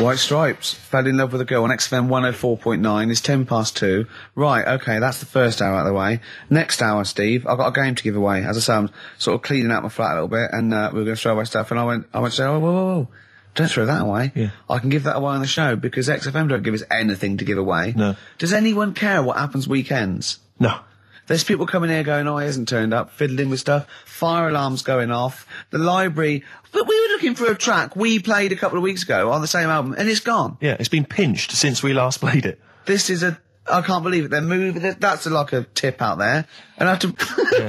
Speaker 1: White Stripes fell in love with a girl on XFM 104.9. It's 10 past 2. Right, okay, that's the first hour out of the way. Next hour, Steve, I've got a game to give away. As I say, I'm sort of cleaning out my flat a little bit and uh, we were going to throw away stuff and I went, I went to say, oh, whoa, whoa, whoa. Don't throw that away.
Speaker 2: Yeah.
Speaker 1: I can give that away on the show because XFM don't give us anything to give away.
Speaker 2: No.
Speaker 1: Does anyone care what happens weekends?
Speaker 2: No.
Speaker 1: There's people coming here going, oh, he hasn't turned up, fiddling with stuff, fire alarms going off, the library. But we were looking for a track we played a couple of weeks ago on the same album, and it's gone.
Speaker 2: Yeah, it's been pinched since we last played it.
Speaker 1: This is a, I can't believe it. They're moving. that- That's like a tip out there. And I have to.
Speaker 2: No,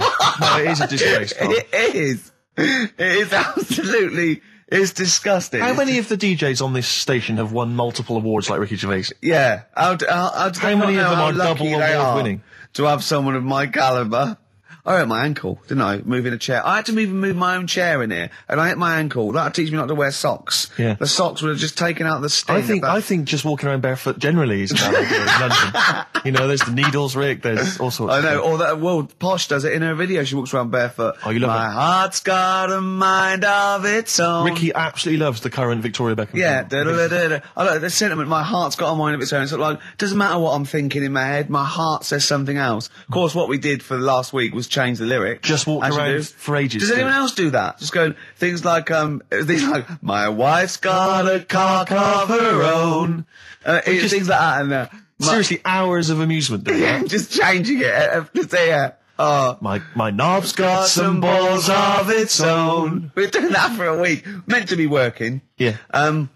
Speaker 2: it is a disgrace, Carl.
Speaker 1: it is. It is absolutely. It's disgusting.
Speaker 2: How many of the DJs on this station have won multiple awards like Ricky Gervais?
Speaker 1: Yeah. uh, How, d- how, how, do
Speaker 2: How
Speaker 1: they not
Speaker 2: many of
Speaker 1: know
Speaker 2: them
Speaker 1: how
Speaker 2: are double
Speaker 1: lucky they
Speaker 2: award
Speaker 1: are
Speaker 2: winning?
Speaker 1: To have someone of my caliber. I hurt my ankle, didn't I? Moving a chair. I had to move move my own chair in here, and I hit my ankle. That'll teach me not to wear socks.
Speaker 2: Yeah.
Speaker 1: The socks would have just taken out the sting.
Speaker 2: I
Speaker 1: of
Speaker 2: think
Speaker 1: that-
Speaker 2: I think just walking around barefoot generally is a bad idea in London. You know, there's the needles, Rick. There's all sorts.
Speaker 1: I
Speaker 2: of
Speaker 1: know,
Speaker 2: things.
Speaker 1: or that, well, Posh does it in her video. She walks around barefoot.
Speaker 2: Oh, you love
Speaker 1: My
Speaker 2: it.
Speaker 1: heart's got a mind of its own.
Speaker 2: Ricky absolutely loves the current Victoria Beckham.
Speaker 1: Yeah,
Speaker 2: film.
Speaker 1: da, da, da, da. I like the sentiment. My heart's got a mind of its own. So like, doesn't matter what I'm thinking in my head. My heart says something else. Of course, what we did for the last week was change the lyric.
Speaker 2: Just walked
Speaker 1: As you
Speaker 2: around
Speaker 1: do.
Speaker 2: for ages,
Speaker 1: Does
Speaker 2: Steve.
Speaker 1: anyone else do that? Just going things like um things like my wife's got a cock of her own. Uh, it-
Speaker 2: just-
Speaker 1: things like that and uh, my-
Speaker 2: Seriously, hours of amusement. doing that.
Speaker 1: just changing it. Uh, uh, just, yeah. Oh.
Speaker 2: My my knob's got some balls of its own.
Speaker 1: We're doing that for a week. Meant to be working.
Speaker 2: Yeah.
Speaker 1: Um.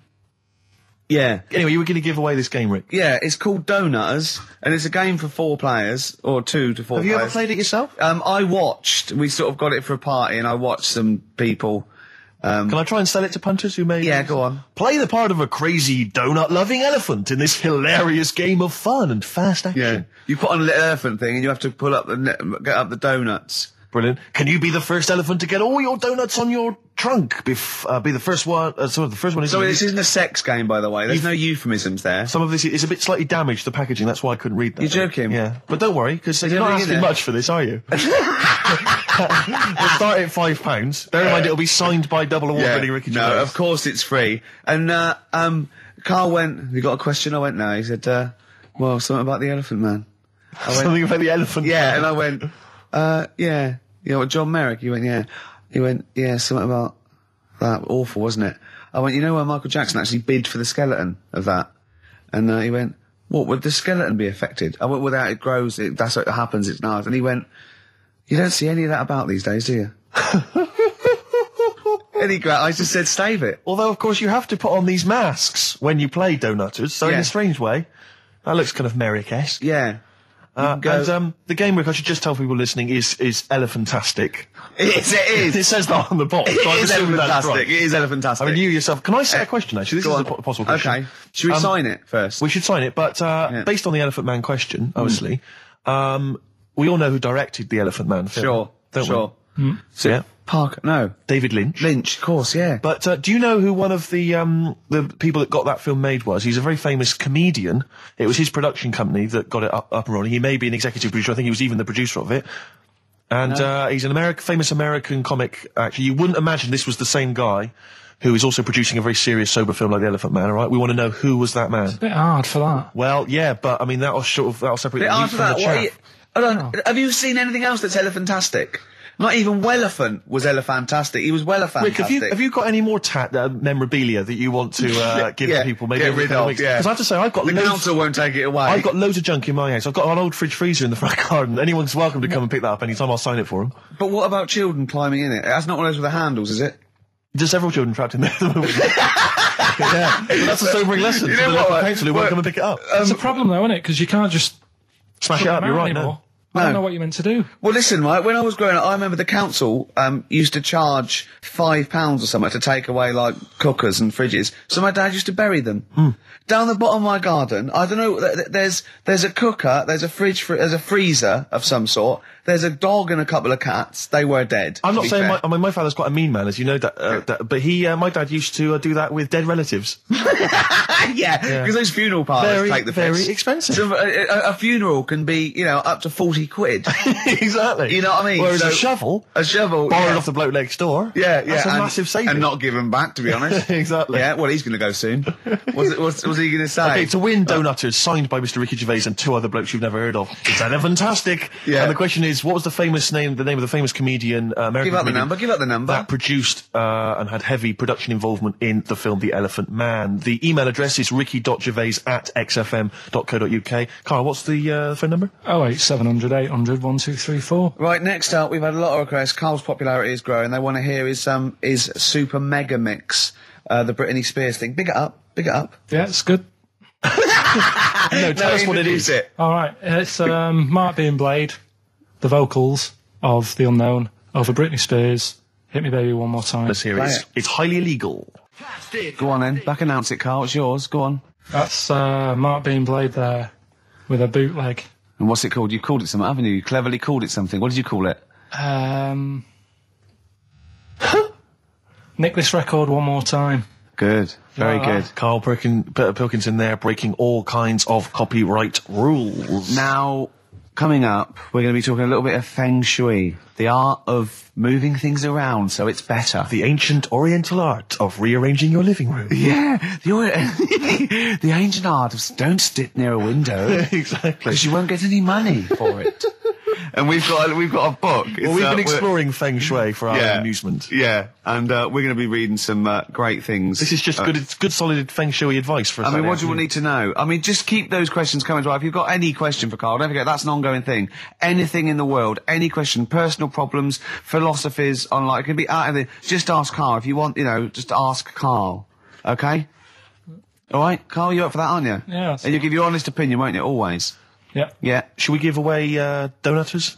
Speaker 1: Yeah.
Speaker 2: Anyway, you were going to give away this game, Rick.
Speaker 1: Yeah, it's called Donutters, and it's a game for four players or two to four.
Speaker 2: Have you ever
Speaker 1: players.
Speaker 2: played it yourself?
Speaker 1: Um, I watched. We sort of got it for a party, and I watched some people.
Speaker 2: Can I try and sell it to punters who may?
Speaker 1: Yeah, go on.
Speaker 2: Play the part of a crazy donut-loving elephant in this hilarious game of fun and fast action.
Speaker 1: you put on a little elephant thing, and you have to pull up the ne- get up the donuts.
Speaker 2: Brilliant. Can you be the first elephant to get all your donuts on your trunk? Bef- uh, be the first one. Uh, so the first one is.
Speaker 1: So this isn't a sex game, by the way. There's no euphemisms there.
Speaker 2: some of this is a bit slightly damaged, the packaging. That's why I couldn't read that.
Speaker 1: You're joking?
Speaker 2: Yeah. But don't worry, because you're not
Speaker 1: everything in
Speaker 2: asking
Speaker 1: there?
Speaker 2: much for this, are you? we'll start at £5. pounds. Bear in mind, it'll be signed by double award winning Ricky
Speaker 1: no,
Speaker 2: Gervais.
Speaker 1: of course it's free. And uh, um, Carl went. You got a question? I went. No, he said. Uh, well, something about the elephant man.
Speaker 2: Something about the elephant.
Speaker 1: Yeah, and I went, uh, yeah. You know what, John Merrick? He went, yeah. He went, yeah, something about that. Awful, wasn't it? I went, you know where Michael Jackson actually bid for the skeleton of that? And uh, he went, what, would the skeleton be affected? I went, without it grows, it, that's what happens, it's nice. And he went, you don't see any of that about these days, do you? and he gra- I just said, save it.
Speaker 2: Although, of course, you have to put on these masks when you play Donutters, so in
Speaker 1: Yeah.
Speaker 2: a strange way, that looks kind of Merrick-esque.
Speaker 1: Yeah.
Speaker 2: Uh,
Speaker 1: go-
Speaker 2: and um, the game, Rick, I should just tell people listening, is is elephantastic.
Speaker 1: It is, it is.
Speaker 2: It says that on the box.
Speaker 1: It
Speaker 2: so I'm
Speaker 1: is
Speaker 2: assuming that's
Speaker 1: elephantastic.
Speaker 2: right.
Speaker 1: It is elephantastic.
Speaker 2: I mean, you yourself. Can I say a question? Actually, this
Speaker 1: Go
Speaker 2: is
Speaker 1: on.
Speaker 2: a po- possible question.
Speaker 1: Okay. Should we
Speaker 2: Um,
Speaker 1: sign it first?
Speaker 2: We should sign it, but uh,
Speaker 1: Yeah.
Speaker 2: based on the Elephant Man question, Hmm. obviously, um, we all know who directed the Elephant Man film.
Speaker 1: Sure.
Speaker 2: don't
Speaker 1: sure.
Speaker 2: we? So, yeah.
Speaker 1: Parker. No.
Speaker 2: David Lynch.
Speaker 1: Lynch, of course, yeah.
Speaker 2: But uh, do you know who one of the um, the people that got that film made was? He's a very famous comedian. It was his production company that got it up, up and running. He may be an executive producer. I think he was even the producer of it. And uh, he's an American, famous American comic. Actually, you wouldn't imagine this was the same guy who is also producing a very serious, sober film like The Elephant Man. All right, we want to know who was that man.
Speaker 3: bit hard for that.
Speaker 2: Well, yeah, but I mean that'll sort of that'll separate the wheat
Speaker 1: After
Speaker 2: from
Speaker 1: that,
Speaker 2: the
Speaker 1: what are
Speaker 2: chaff.
Speaker 1: you, hold on. Have you seen anything else that's elephantastic? Not even Wellephant was elephantastic. He was Wellefantastic.
Speaker 2: Rick, have you have you got any more tat uh, memorabilia that you want to uh, give
Speaker 1: Yeah,
Speaker 2: people? Maybe
Speaker 1: get
Speaker 2: over the
Speaker 1: rid
Speaker 2: coming
Speaker 1: of,
Speaker 2: weeks?
Speaker 1: yeah.
Speaker 2: I have to say, I've got
Speaker 1: The
Speaker 2: loads-
Speaker 1: council won't take it away.
Speaker 2: I've got loads of junk in my house. I've got an old fridge freezer in the front garden. Anyone's welcome to come and pick that up anytime. I'll sign it for them.
Speaker 1: But what about children climbing in it? That's not one of those with the handles, is it?
Speaker 2: There's several children trapped in there at the moment. yeah, but that's a sobering lesson.
Speaker 1: You
Speaker 2: for
Speaker 1: know
Speaker 2: the
Speaker 1: what,
Speaker 2: local
Speaker 1: uh,
Speaker 2: council who won't
Speaker 1: well, uh,
Speaker 2: come and pick it up.
Speaker 3: it's a problem though, isn't it? Because you can't just
Speaker 2: Smash it
Speaker 3: put
Speaker 2: up.
Speaker 3: them
Speaker 2: You're
Speaker 3: out
Speaker 2: right.
Speaker 3: anymore.
Speaker 2: No.
Speaker 3: I don't
Speaker 1: No.
Speaker 3: know what you're meant to do.
Speaker 1: Well, listen, right. When I was growing up, I remember the council um, used to charge five pounds or something to take away like cookers and fridges. So my dad used to bury them
Speaker 2: Hmm.
Speaker 1: down the bottom of my garden. I don't know. Th- th- there's there's a cooker, there's a fridge, fr- there's a freezer of some sort. There's a dog and a couple of cats. They were dead. to
Speaker 2: I'm not
Speaker 1: be
Speaker 2: saying
Speaker 1: fair.
Speaker 2: my, I mean, my father's quite a mean man, as you know that, uh, that but he, uh, my dad used to uh, do that with dead relatives.
Speaker 1: yeah, because those funeral parties
Speaker 2: Very,
Speaker 1: take the
Speaker 2: very
Speaker 1: piss.
Speaker 2: expensive.
Speaker 1: So, uh, a, a- a funeral can be, you know, up to forty quid.
Speaker 2: exactly.
Speaker 1: You know what I mean?
Speaker 2: Whereas
Speaker 1: So-
Speaker 2: a shovel,
Speaker 1: a shovel
Speaker 2: borrowed
Speaker 1: yeah.
Speaker 2: off the bloke next door.
Speaker 1: Yeah, yeah,
Speaker 2: That's a
Speaker 1: and-
Speaker 2: massive saving.
Speaker 1: and not give them back, to be honest.
Speaker 2: Exactly.
Speaker 1: Yeah, well, he's going to go soon. What's, what's, what's he going to say?
Speaker 2: Okay, to win Donutters, signed by Mr. Ricky Gervais and two other blokes you've never heard of. It's fantastic.
Speaker 1: Yeah.
Speaker 2: And the question is, what was the famous name? The name of the famous comedian, uh, American
Speaker 1: give up the
Speaker 2: comedian
Speaker 1: number. Give up the number.
Speaker 2: that produced uh, and had heavy production involvement in the film The Elephant Man. The email address is ricky.gervais at xfm.co.uk. Carl, what's the uh, phone number?
Speaker 3: Oh wait, seven hundred, eight hundred, one, two, three, four.
Speaker 1: Right, next up, we've had a lot of requests. Carl's popularity is growing. They want to hear his um his super mega mix, uh, the Britney Spears thing. Big it up, big it up.
Speaker 3: Yeah, it's good.
Speaker 2: No, tell us what it
Speaker 1: introduce
Speaker 2: is.
Speaker 1: It.
Speaker 3: All right, it's um, Mark being Blade, the vocals of the unknown over Britney Spears. Hit me, baby, one more time.
Speaker 2: Let's hear
Speaker 1: Play
Speaker 2: it. It's,
Speaker 1: it.
Speaker 2: it's highly illegal.
Speaker 1: Go on then, back announce it, Carl. It's yours. Go on.
Speaker 3: That's uh, Mark being Blade there with a bootleg.
Speaker 1: And what's it called? You called it something, haven't you? You cleverly called it something. What did you call it?
Speaker 3: Um, nick this record one more time.
Speaker 1: Good, very
Speaker 3: Ah.
Speaker 1: good.
Speaker 2: Carl Perkin, P- Pilkington there breaking all kinds of copyright rules.
Speaker 1: Now, coming up, we're going to be talking a little bit of feng shui, the art of moving things around so it's better.
Speaker 2: the ancient oriental art of rearranging your living room.
Speaker 1: yeah, the, or- the ancient art of s- don't sit near a window
Speaker 2: exactly.
Speaker 1: because you won't get any money for it. and we've got we've got a book.
Speaker 2: Well, we've been exploring feng shui for our own amusement.
Speaker 1: uh, Yeah, and uh, we're going to be reading some uh, great things.
Speaker 2: This is just good. It's good, solid feng shui advice for. a
Speaker 1: uh, I mean,
Speaker 2: Saturday
Speaker 1: what do we
Speaker 2: afternoon.
Speaker 1: need to know? I mean, just keep those questions coming. Right, if you've got any question for Carl, don't forget that's an ongoing thing. Anything in the world, any question, personal problems, philosophies, on like it can be out of the. Just ask Carl if you want. You know, just ask Carl. Okay. All right, Carl, you up for that, aren't you?
Speaker 3: Yeah, that's
Speaker 1: And you'll give your honest opinion, won't you? Always.
Speaker 3: Yep.
Speaker 1: Yeah.
Speaker 2: Should we give away uh, donutters?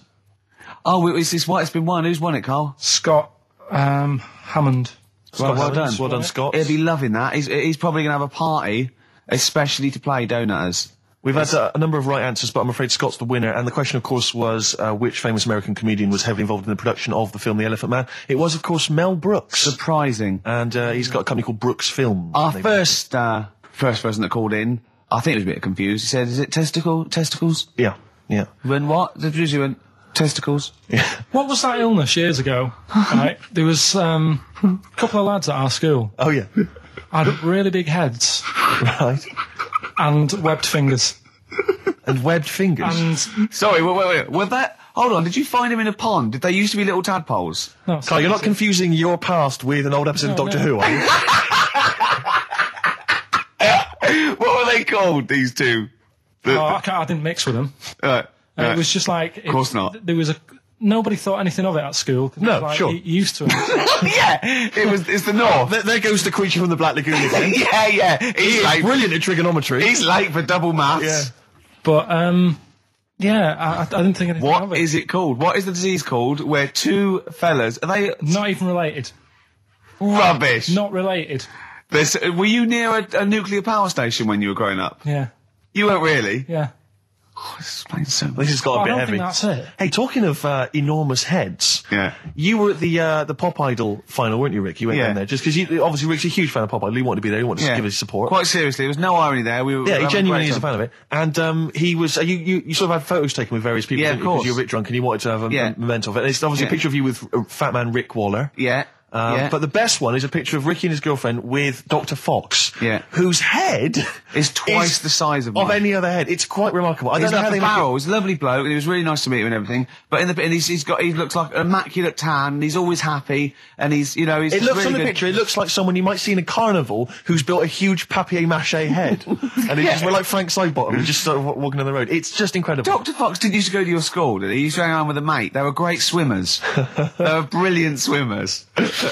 Speaker 1: Oh, it's this what? It's been won. Who's won it, Carl?
Speaker 3: Scott um, Hammond.
Speaker 1: Well, well
Speaker 2: Scott
Speaker 1: done.
Speaker 2: Evans, Well done, Scott.
Speaker 1: He'll be loving that. He's, he's probably going to have a party, especially to play donuts.
Speaker 2: We've had uh, a number of right answers, but I'm afraid Scott's the winner. And the question, of course, was uh, which famous American comedian was heavily involved in the production of the film The Elephant Man? It was, of course, Mel Brooks.
Speaker 1: Surprising.
Speaker 2: And uh, he's got a company called Brooks Films.
Speaker 1: Our
Speaker 2: They've-
Speaker 1: first uh, first person that called in, I think he was a bit confused. He said, "Is it testicle testicles?"
Speaker 2: Yeah, yeah.
Speaker 1: When what? The producer went testicles.
Speaker 3: What was that illness years ago? right, there was um, a couple of lads at our school
Speaker 2: Oh yeah.
Speaker 3: had really big heads
Speaker 2: right.
Speaker 3: and webbed fingers.
Speaker 2: And webbed fingers.
Speaker 3: And
Speaker 1: Sorry, wait, wait, wait. Were that? Hold on. Did you find him in a pond? Did they used to be little tadpoles?
Speaker 3: no,
Speaker 2: Carl, you're not confusing your past with an old episode of
Speaker 3: No,
Speaker 2: Doctor
Speaker 3: no.
Speaker 2: Who, are you?
Speaker 1: What were they called? These two?
Speaker 3: oh, I, can't- I didn't mix with them.
Speaker 1: Uh,
Speaker 3: Uh, It was just like, of
Speaker 1: course not.
Speaker 3: There was a nobody thought anything of it at school. 'cause it
Speaker 2: No,
Speaker 3: was like,
Speaker 2: sure.
Speaker 3: y- Used to it.
Speaker 1: yeah, it was. It's the north.
Speaker 2: there, there goes the creature from the Black Lagoon again.
Speaker 1: yeah, yeah. He's
Speaker 2: He's
Speaker 1: late.
Speaker 2: brilliant at trigonometry.
Speaker 1: He's late for double maths.
Speaker 2: Yeah.
Speaker 3: but um, yeah, I, I I didn't think anything of
Speaker 1: What
Speaker 3: it.
Speaker 1: is it called? What is the disease called? Where two fellas are they
Speaker 3: Not even related.
Speaker 1: rubbish?
Speaker 3: Not related.
Speaker 1: There's- were you near a, a nuclear power station when you were growing up?
Speaker 3: Yeah,
Speaker 1: You weren't really.
Speaker 3: yeah.
Speaker 1: Oh, this explains so much.
Speaker 2: This has got
Speaker 3: Oh,
Speaker 2: a
Speaker 3: I
Speaker 2: bit
Speaker 3: don't
Speaker 2: heavy.
Speaker 3: think that's it.
Speaker 2: Hey, talking of uh, enormous heads,
Speaker 1: Yeah.
Speaker 2: you were at the uh, the Pop Idol final, weren't you, Rick? You went
Speaker 1: Yeah.
Speaker 2: down there just because obviously Rick's a huge fan of Pop Idol. He wanted to be there. He wanted to give his support.
Speaker 1: Quite seriously, there was no irony there. We were
Speaker 2: yeah,
Speaker 1: we were
Speaker 2: he
Speaker 1: having a
Speaker 2: genuinely
Speaker 1: great
Speaker 2: is a
Speaker 1: time.
Speaker 2: fan of it. And um, he was uh, you, you you sort of had photos taken with various people.
Speaker 1: Yeah, of
Speaker 2: didn't you? 'Cause
Speaker 1: course.
Speaker 2: you were a bit drunk and you wanted to have a,
Speaker 1: Yeah.
Speaker 2: a memento of it. And it's obviously
Speaker 1: Yeah.
Speaker 2: a picture of you with uh, Fat Man Rick Waller.
Speaker 1: Yeah.
Speaker 2: Um,
Speaker 1: yeah.
Speaker 2: But the best one is a picture of Ricky and his girlfriend with Dr. Fox,
Speaker 1: Yeah.
Speaker 2: whose head
Speaker 1: Is twice the size of
Speaker 2: of
Speaker 1: mine.
Speaker 2: any other head. It's quite remarkable. I
Speaker 1: He's
Speaker 2: don't know how
Speaker 1: like a
Speaker 2: they make it-
Speaker 1: barrel. He's a lovely bloke, and he was really nice to meet him and everything. But in the and he's, he's got he looks like an immaculate tan. And he's always happy, and he's you know he's
Speaker 2: It
Speaker 1: just
Speaker 2: looks
Speaker 1: really
Speaker 2: on the
Speaker 1: good.
Speaker 2: picture. It looks like someone you might see in a carnival who's built a huge papier-mâché head, and it's just we're like Frank Sidebottom, and just sort of wa- walking down the road. It's just incredible.
Speaker 1: Doctor Fox didn't used to go to your school, did he? He used to hang around with a mate. They were great swimmers. they were brilliant swimmers.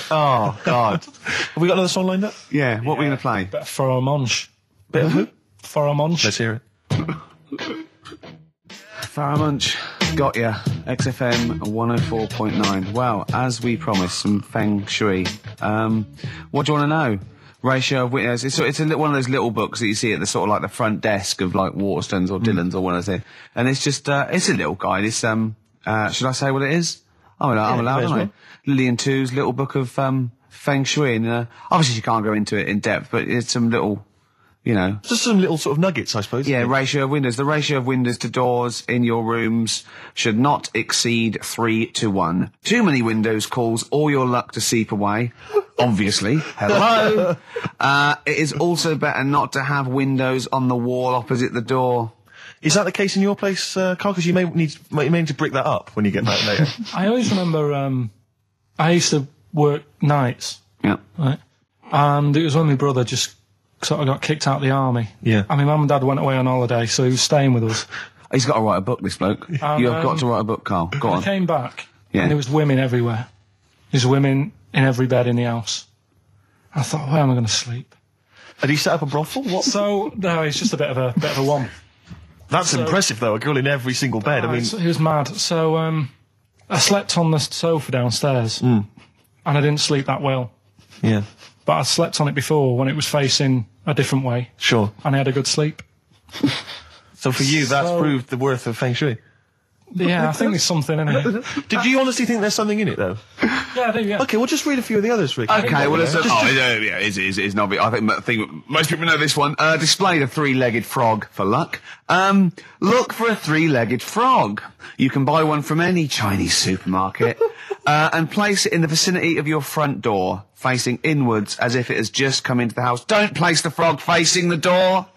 Speaker 1: oh God.
Speaker 2: Ah. Have we got another song lined up?
Speaker 1: Yeah. What were we gonna play?
Speaker 3: Bit of Pheromonge.
Speaker 2: Bit
Speaker 1: Mm-hmm.
Speaker 2: of who?
Speaker 3: Pheromonge.
Speaker 2: Let's hear it.
Speaker 1: Farah Munch, got ya. XFM 104.9. Well, as we promised, some feng shui. Um, what do you want to know? Ratio of witness. It's, it's a, li- one of those little books that you see at the sort of like the front desk of like Waterstones or
Speaker 2: Mm.
Speaker 1: Dillon's or one of those things. And it's just, uh, it's a little guide. It's, um, uh, should I say what it is? I'm allowed, I'm
Speaker 2: you
Speaker 1: allowed,
Speaker 2: may as
Speaker 1: aren't I?
Speaker 2: well.
Speaker 1: Lillian Two's little book of, um, feng shui. And, uh, obviously you can't go into it in depth, but it's some little, you know,
Speaker 2: Just some little sort of nuggets, I suppose.
Speaker 1: yeah, ratio of windows. The ratio of windows to doors in your rooms should not exceed three to one. Too many windows calls all your luck to seep away. Obviously. Hello. uh, it is also better not to have windows on the wall opposite the door.
Speaker 2: Is that the case in your place, uh, Carl? 'Cause you may need you may need to brick that up when you get back later.
Speaker 3: I always remember um, I used to work nights,
Speaker 1: Yeah.
Speaker 3: right? And it was when my brother just sort of got kicked out of the army.
Speaker 2: Yeah.
Speaker 3: And my mum and dad went away on holiday, so he was staying with us.
Speaker 1: He's got to write a book, this bloke. you have got
Speaker 3: um,
Speaker 1: to write a book, Carl. Go on.
Speaker 3: Came back,
Speaker 1: Yeah.
Speaker 3: and there was women everywhere. There's women in every bed in the house. I thought, where am I going to sleep?
Speaker 2: Had he set up a brothel? What?
Speaker 3: So no, it's just a bit of a bit of a one.
Speaker 2: That's impressive, though. A girl in every single bed. I mean,
Speaker 3: It's- it was mad. So um, I slept on the sofa downstairs,
Speaker 2: Hmm.
Speaker 3: and I didn't sleep that well.
Speaker 2: yeah,
Speaker 3: But I slept on it before when it was facing a different way,
Speaker 2: sure.
Speaker 3: and I had a good sleep.
Speaker 2: So for you, that's
Speaker 3: So-
Speaker 2: proved the worth of feng shui.
Speaker 3: Yeah, I think there's something in it.
Speaker 2: Did you honestly think there's something in it, though?
Speaker 3: Yeah, I do. Yeah.
Speaker 2: Okay, we'll just read a few of the others, Rick.
Speaker 1: Okay, well, it's,
Speaker 2: Just-
Speaker 1: oh, yeah, yeah, it is, it is, it is not. I think, I think most people know this one. Uh, displayed a three-legged frog for luck. Um, look for a three-legged frog. You can buy one from any Chinese supermarket, uh, and place it in the vicinity of your front door, facing inwards as if it has just come into the house. Don't place the frog facing the door.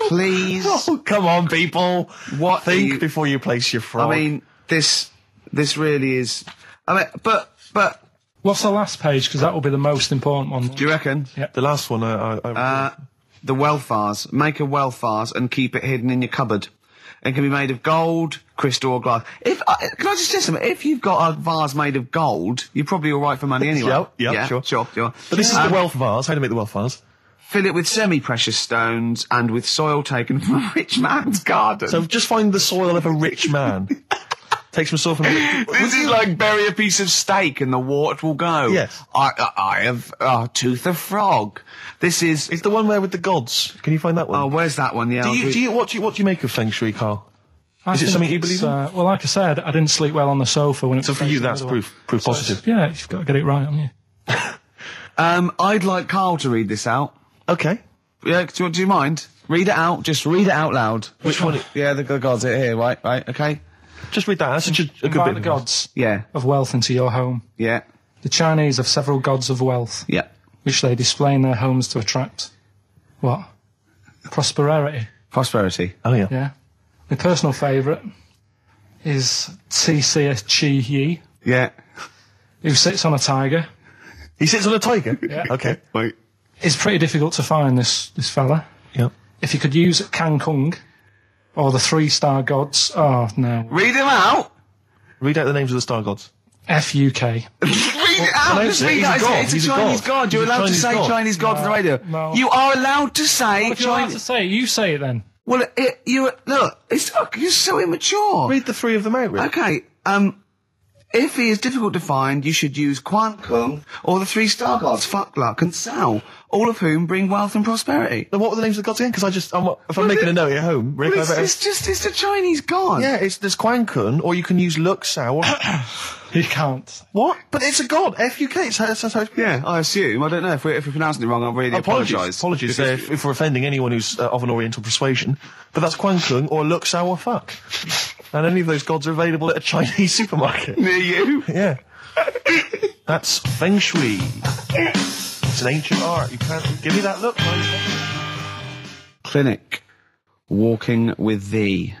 Speaker 1: Please.
Speaker 2: Oh, come on, people.
Speaker 1: What
Speaker 2: Think
Speaker 1: are you-
Speaker 2: before you place your frog.
Speaker 1: I mean, this, this really is, I mean, but, but,
Speaker 3: What's the last page? Because that will be the most important one.
Speaker 1: do you reckon?
Speaker 2: the last one, I. I, I
Speaker 1: the welfars. Make a welfars and keep it hidden in your cupboard. It can be made of gold, crystal, or glass. If uh, can I just say something? If you've got a vase made of gold, you're probably all right for money anyway.
Speaker 2: Yep, yep,
Speaker 1: yeah,
Speaker 2: sure.
Speaker 1: sure, sure.
Speaker 2: but this is
Speaker 1: Um,
Speaker 2: the wealth vase. How to make the wealth vase?
Speaker 1: Fill it with semi-precious stones and with soil taken from a rich man's garden.
Speaker 2: So just find the soil of a rich man. Take some soil from. the-
Speaker 1: this is like bury a piece of steak and the wart will go.
Speaker 2: Yes.
Speaker 1: I I, I have a tooth of frog. This is.
Speaker 2: It's the one there with the gods. Can you find that one?
Speaker 1: oh, where's that one? Yeah.
Speaker 2: do
Speaker 1: I'll
Speaker 2: you,
Speaker 1: do-
Speaker 2: do you, what do you, what do you make of feng shui, Carl?
Speaker 3: I
Speaker 2: Is it
Speaker 3: think
Speaker 2: something you
Speaker 3: it's,
Speaker 2: believe in?
Speaker 3: Uh, well, like I said, I didn't sleep well on the sofa when it.
Speaker 2: So
Speaker 3: was
Speaker 2: for you,
Speaker 3: facing the
Speaker 2: that's
Speaker 3: other
Speaker 2: proof,
Speaker 3: way.
Speaker 2: proof positive.
Speaker 3: Yeah, you've got to get it right, haven't you?
Speaker 1: um, I'd like Carl to read this out.
Speaker 2: Okay.
Speaker 1: Yeah, do, you- do you mind? Read it out. Just read it out loud.
Speaker 2: Which one?
Speaker 1: Yeah, the, the gods are here. Right, right. Okay.
Speaker 2: Just read that. That's such a, a good
Speaker 3: Invite
Speaker 2: bit.
Speaker 3: the
Speaker 2: of-
Speaker 3: gods
Speaker 1: Yeah,
Speaker 3: of wealth into your home.
Speaker 1: yeah,
Speaker 3: The Chinese have several gods of wealth,
Speaker 1: yeah.
Speaker 3: which they display in their homes to attract what prosperity.
Speaker 1: Prosperity.
Speaker 2: Oh yeah.
Speaker 3: Yeah. My personal favourite is TCS Chi Yi,
Speaker 1: Yeah.
Speaker 3: E, who sits on a tiger.
Speaker 2: He sits on a tiger. Yeah. Okay.
Speaker 1: Wait.
Speaker 3: It's pretty difficult to find this this fella.
Speaker 2: Yeah.
Speaker 3: If you could use Kang Kung or the three star gods, oh no,
Speaker 1: Read them out.
Speaker 2: Read out the names of the star gods.
Speaker 3: FUK.
Speaker 1: Read it out.
Speaker 2: no,
Speaker 1: Just
Speaker 2: he's
Speaker 1: read
Speaker 2: a
Speaker 1: it out. It's,
Speaker 2: god.
Speaker 1: it's
Speaker 2: He's
Speaker 1: a
Speaker 2: a
Speaker 1: Chinese god.
Speaker 2: god.
Speaker 1: You're
Speaker 2: He's a
Speaker 1: allowed to
Speaker 2: Chinese
Speaker 1: say
Speaker 2: god.
Speaker 1: Chinese god for the radio.
Speaker 3: no.
Speaker 1: You are allowed to say
Speaker 3: If you're allowed to
Speaker 1: Chinese.
Speaker 3: say it, you say it then.
Speaker 1: Well, it, you look. It's oh, you're so immature.
Speaker 2: Read the three of them out. Rick.
Speaker 1: Okay. Um. If he is difficult to find, you should use Quan Kung or the three star gods, Fuck Luck and Sao, all of whom bring wealth and prosperity.
Speaker 2: Then what were the names of the gods again? Because I just, I'm, if
Speaker 1: Well,
Speaker 2: I'm making
Speaker 1: it-
Speaker 2: a note at home, Rick,
Speaker 1: Well, it's,
Speaker 2: I better-
Speaker 1: it's just, it's the Chinese god.
Speaker 2: yeah, it's there's Quan Kun, or you can use Luxao. Or,
Speaker 3: He can't.
Speaker 2: what? But it's a god. F U K. It's how, that's how it's.
Speaker 1: Yeah, I assume. I don't know. If we're, if we're pronouncing it wrong, I really
Speaker 2: Apologies,
Speaker 1: apologise.
Speaker 2: apologies if, if we're offending anyone who's uh, of an Oriental persuasion, but that's Quan Kung or Luxao or fuck, and any of those gods are available at a Chinese supermarket.
Speaker 1: Near you.
Speaker 2: Yeah. That's feng shui. It's an ancient art. You can't give me that look. Mike.
Speaker 1: Clinic. Walking with thee.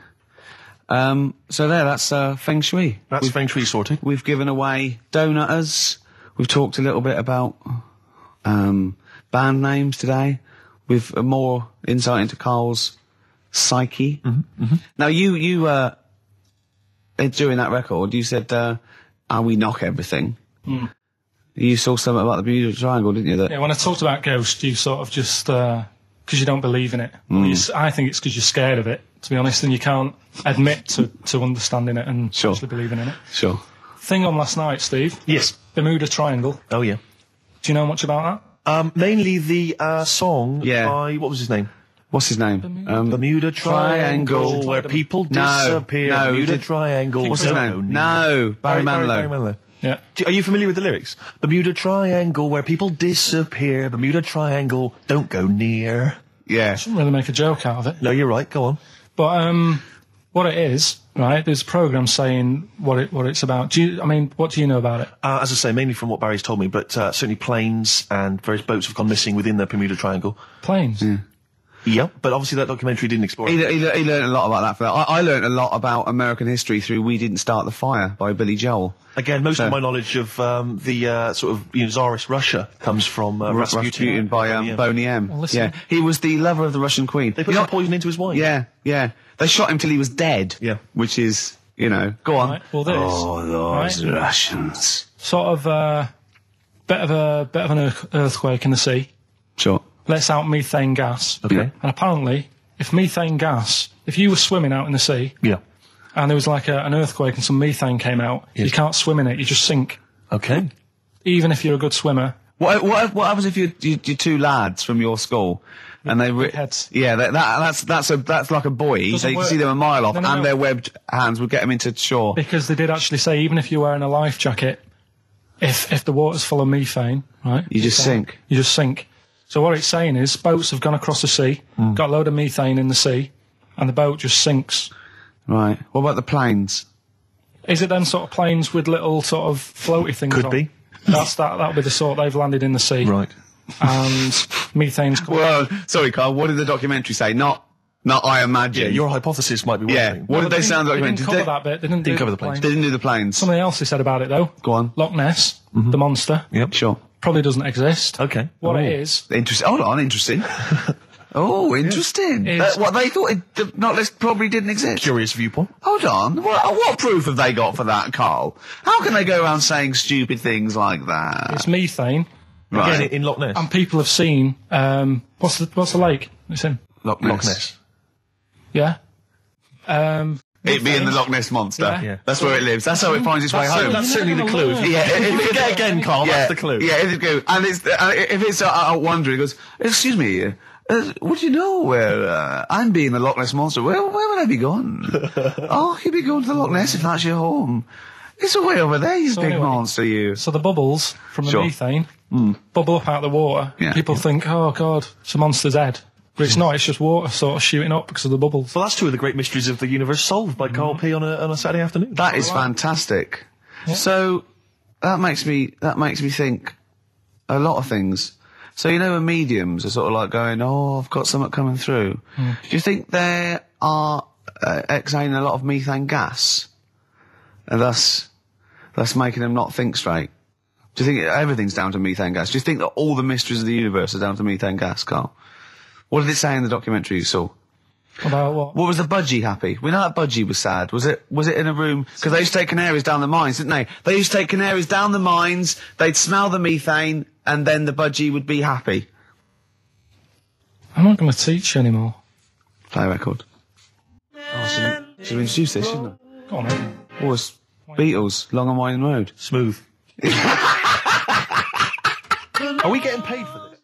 Speaker 1: Um, so there, that's uh, Feng Shui.
Speaker 2: That's feng shui sorted.
Speaker 1: We've given away donuts. We've talked a little bit about um, band names today. We've uh, more insight into Carl's psyche. Now, you you uh, uh, during that record, you said, uh, "And we knock everything." You saw something about the Bermuda Triangle, didn't you? That
Speaker 3: Yeah, when I talked about Ghost, you sort of just because you don't believe in it. You s- I think it's because you're scared of it, to be honest, and you can't admit to, to understanding it and
Speaker 1: Sure.
Speaker 3: actually believing in it.
Speaker 1: sure.
Speaker 3: Thing on last night, Steve.
Speaker 2: Yes.
Speaker 3: Bermuda Triangle.
Speaker 2: Oh yeah.
Speaker 3: Do you know much about
Speaker 2: Um, mainly the uh, song
Speaker 1: Yeah.
Speaker 2: by what was his name?
Speaker 1: What's his name? Um,
Speaker 2: Bermuda Triangle,
Speaker 1: Triangle.
Speaker 2: where people
Speaker 1: No,
Speaker 2: disappear.
Speaker 1: no,
Speaker 2: Bermuda
Speaker 1: the-
Speaker 2: Triangle.
Speaker 1: What's his name? No, Barry, Manilow.
Speaker 3: that? Yeah.
Speaker 2: Do- Are you familiar with the lyrics? Bermuda Triangle, where people disappear. Bermuda Triangle, don't go near.
Speaker 1: Yeah.
Speaker 3: Didn't really make a joke out of it.
Speaker 2: No, you're right. Go on.
Speaker 3: But um, what it is, right? There's a program saying what it what it's about. Do you? I mean, what do you know about it?
Speaker 2: Uh, as I say, mainly from what Barry's told me, but uh, certainly planes and various boats have gone missing within the Bermuda Triangle.
Speaker 3: Planes.
Speaker 2: Yeah, but obviously that documentary didn't explore.
Speaker 1: He,
Speaker 2: it.
Speaker 1: he, he learned a lot about that. For that. I, I learned a lot about American history through "We Didn't Start the Fire" by Billy Joel.
Speaker 2: Again, most
Speaker 1: No.
Speaker 2: of my knowledge of um, the uh, sort of you know, Tsarist Russia comes from uh, Rasputin.
Speaker 1: Rasputin by um,
Speaker 2: Yeah.
Speaker 1: Boney M.
Speaker 3: listen.
Speaker 1: yeah, he was the lover of the Russian queen.
Speaker 2: They put
Speaker 1: You
Speaker 2: some
Speaker 1: know-
Speaker 2: poison into his wine.
Speaker 1: Yeah, yeah. They shot him till he was dead.
Speaker 2: Yeah.
Speaker 1: which is you know, go on.
Speaker 3: Right. Well, this
Speaker 1: Oh. those
Speaker 3: right?
Speaker 1: Russians.
Speaker 3: sort of uh, bit of a bit of an earth- earthquake in the sea.
Speaker 1: Sure.
Speaker 3: Lets out methane gas.
Speaker 2: Okay.
Speaker 3: And apparently, if methane gas, if you were swimming out in the sea
Speaker 2: Yeah.
Speaker 3: and there was like a, an earthquake and some methane came out, you can't swim in it. You just sink.
Speaker 2: Okay.
Speaker 3: Even if you're a good swimmer,
Speaker 1: What, what what happens if you you you two lads from your school and they re-
Speaker 3: heads.
Speaker 1: yeah that, that that's that's a that's like a buoy so
Speaker 3: Doesn't
Speaker 1: you can
Speaker 3: work.
Speaker 1: see them a mile off
Speaker 3: No, no,
Speaker 1: and
Speaker 3: no.
Speaker 1: their webbed hands would get them into shore.
Speaker 3: because they did actually say even if you're wearing a life jacket, if if the water's full of methane, right,
Speaker 1: You just sink.
Speaker 3: You just sink. So what it's saying is boats have gone across the sea,
Speaker 1: Mm.
Speaker 3: got a load of methane in the sea, and the boat just sinks.
Speaker 1: Right. What about the planes?
Speaker 3: Is it then sort of planes with little sort of floaty things?
Speaker 2: Could
Speaker 3: on?
Speaker 2: be.
Speaker 3: That's that. That'll be the sort they've landed in the sea,
Speaker 2: Right.
Speaker 3: and methane's.
Speaker 1: Well, sorry, Carl. What did the documentary say? Not, not I imagine.
Speaker 2: Yeah, your hypothesis might be one
Speaker 1: Yeah.
Speaker 2: thing.
Speaker 1: What did they sound like?
Speaker 3: They didn't
Speaker 1: Did
Speaker 3: cover
Speaker 1: they-
Speaker 3: that bit. They didn't, do
Speaker 2: cover the planes.
Speaker 3: plane.
Speaker 1: They didn't do the planes.
Speaker 3: Something else they said about it though.
Speaker 1: Go on.
Speaker 3: Loch Ness, the monster,
Speaker 2: Yep.
Speaker 1: Sure.
Speaker 3: probably doesn't exist.
Speaker 2: Mm-hmm. Okay.
Speaker 3: What
Speaker 2: Oh.
Speaker 3: it is
Speaker 1: Interesting. Hold on. Interesting. oh, interesting.
Speaker 3: Is-
Speaker 1: That- what they thought it, the not list probably didn't exist.
Speaker 2: Curious viewpoint.
Speaker 1: Hold on. What, what proof have they got for that, Carl? How can they go around saying stupid things like that?
Speaker 3: it's methane,
Speaker 1: Right.
Speaker 2: Again, in Loch Ness.
Speaker 3: and people have seen. Um, what's the what's the lake? It's in.
Speaker 1: Loch
Speaker 2: Loch Ness.
Speaker 3: Yeah. Um,
Speaker 1: It being the Loch Ness monster.
Speaker 3: Yeah.
Speaker 2: Yeah.
Speaker 1: That's where it lives. That's how it finds its way
Speaker 2: So
Speaker 1: home.
Speaker 2: that's certainly the clue.
Speaker 3: Yeah.
Speaker 1: yeah. it- it-
Speaker 2: Again, again, Carl,
Speaker 1: yeah,
Speaker 2: that's the clue.
Speaker 1: Yeah, if it go and it's uh, if it's uh, out wandering, it goes. Excuse me, uh, uh, would you know where uh, I'm being the Loch Ness monster? Where where would I be gone? oh, you'd be going to the Loch Ness if that's your home. It's away over there, you big
Speaker 3: anyway-
Speaker 1: monster, you.
Speaker 3: So the bubbles from the
Speaker 1: Sure. Hmm.
Speaker 3: methane bubble up out of the water.
Speaker 1: Yeah. Hmm.
Speaker 3: People think, oh god, it's a monster's head, but it's not. It's just water sort of shooting up because of the bubbles.
Speaker 2: Well, that's two of the great mysteries of the universe solved by Carl
Speaker 1: Mm-hmm.
Speaker 2: P on a, on a Saturday afternoon.
Speaker 1: That is fantastic. So that makes me that makes me think a lot of things. So you know when mediums are sort of like going, "Oh, I've got something coming through." Do you think they are uh, exhaling a lot of methane gas, and thus thus making them not think straight? Do you think everything's down to methane gas? Do you think that all the mysteries of the universe are down to methane gas, Carl? What did it say in the documentary you saw?
Speaker 3: About what?
Speaker 1: What was the budgie happy? We know that budgie was sad. Was it? Was it in a room? Because they used to take canaries down the mines, didn't they? They used to take canaries down the mines. They'd smell the methane, and then the budgie would be happy.
Speaker 3: I'm not going to teach you anymore.
Speaker 1: Play record. Oh, should, should we introduce this, shouldn't
Speaker 3: Go on. Then.
Speaker 1: I? Or it's Beatles, Long and Winding Road.
Speaker 2: Smooth. Are we getting paid for this?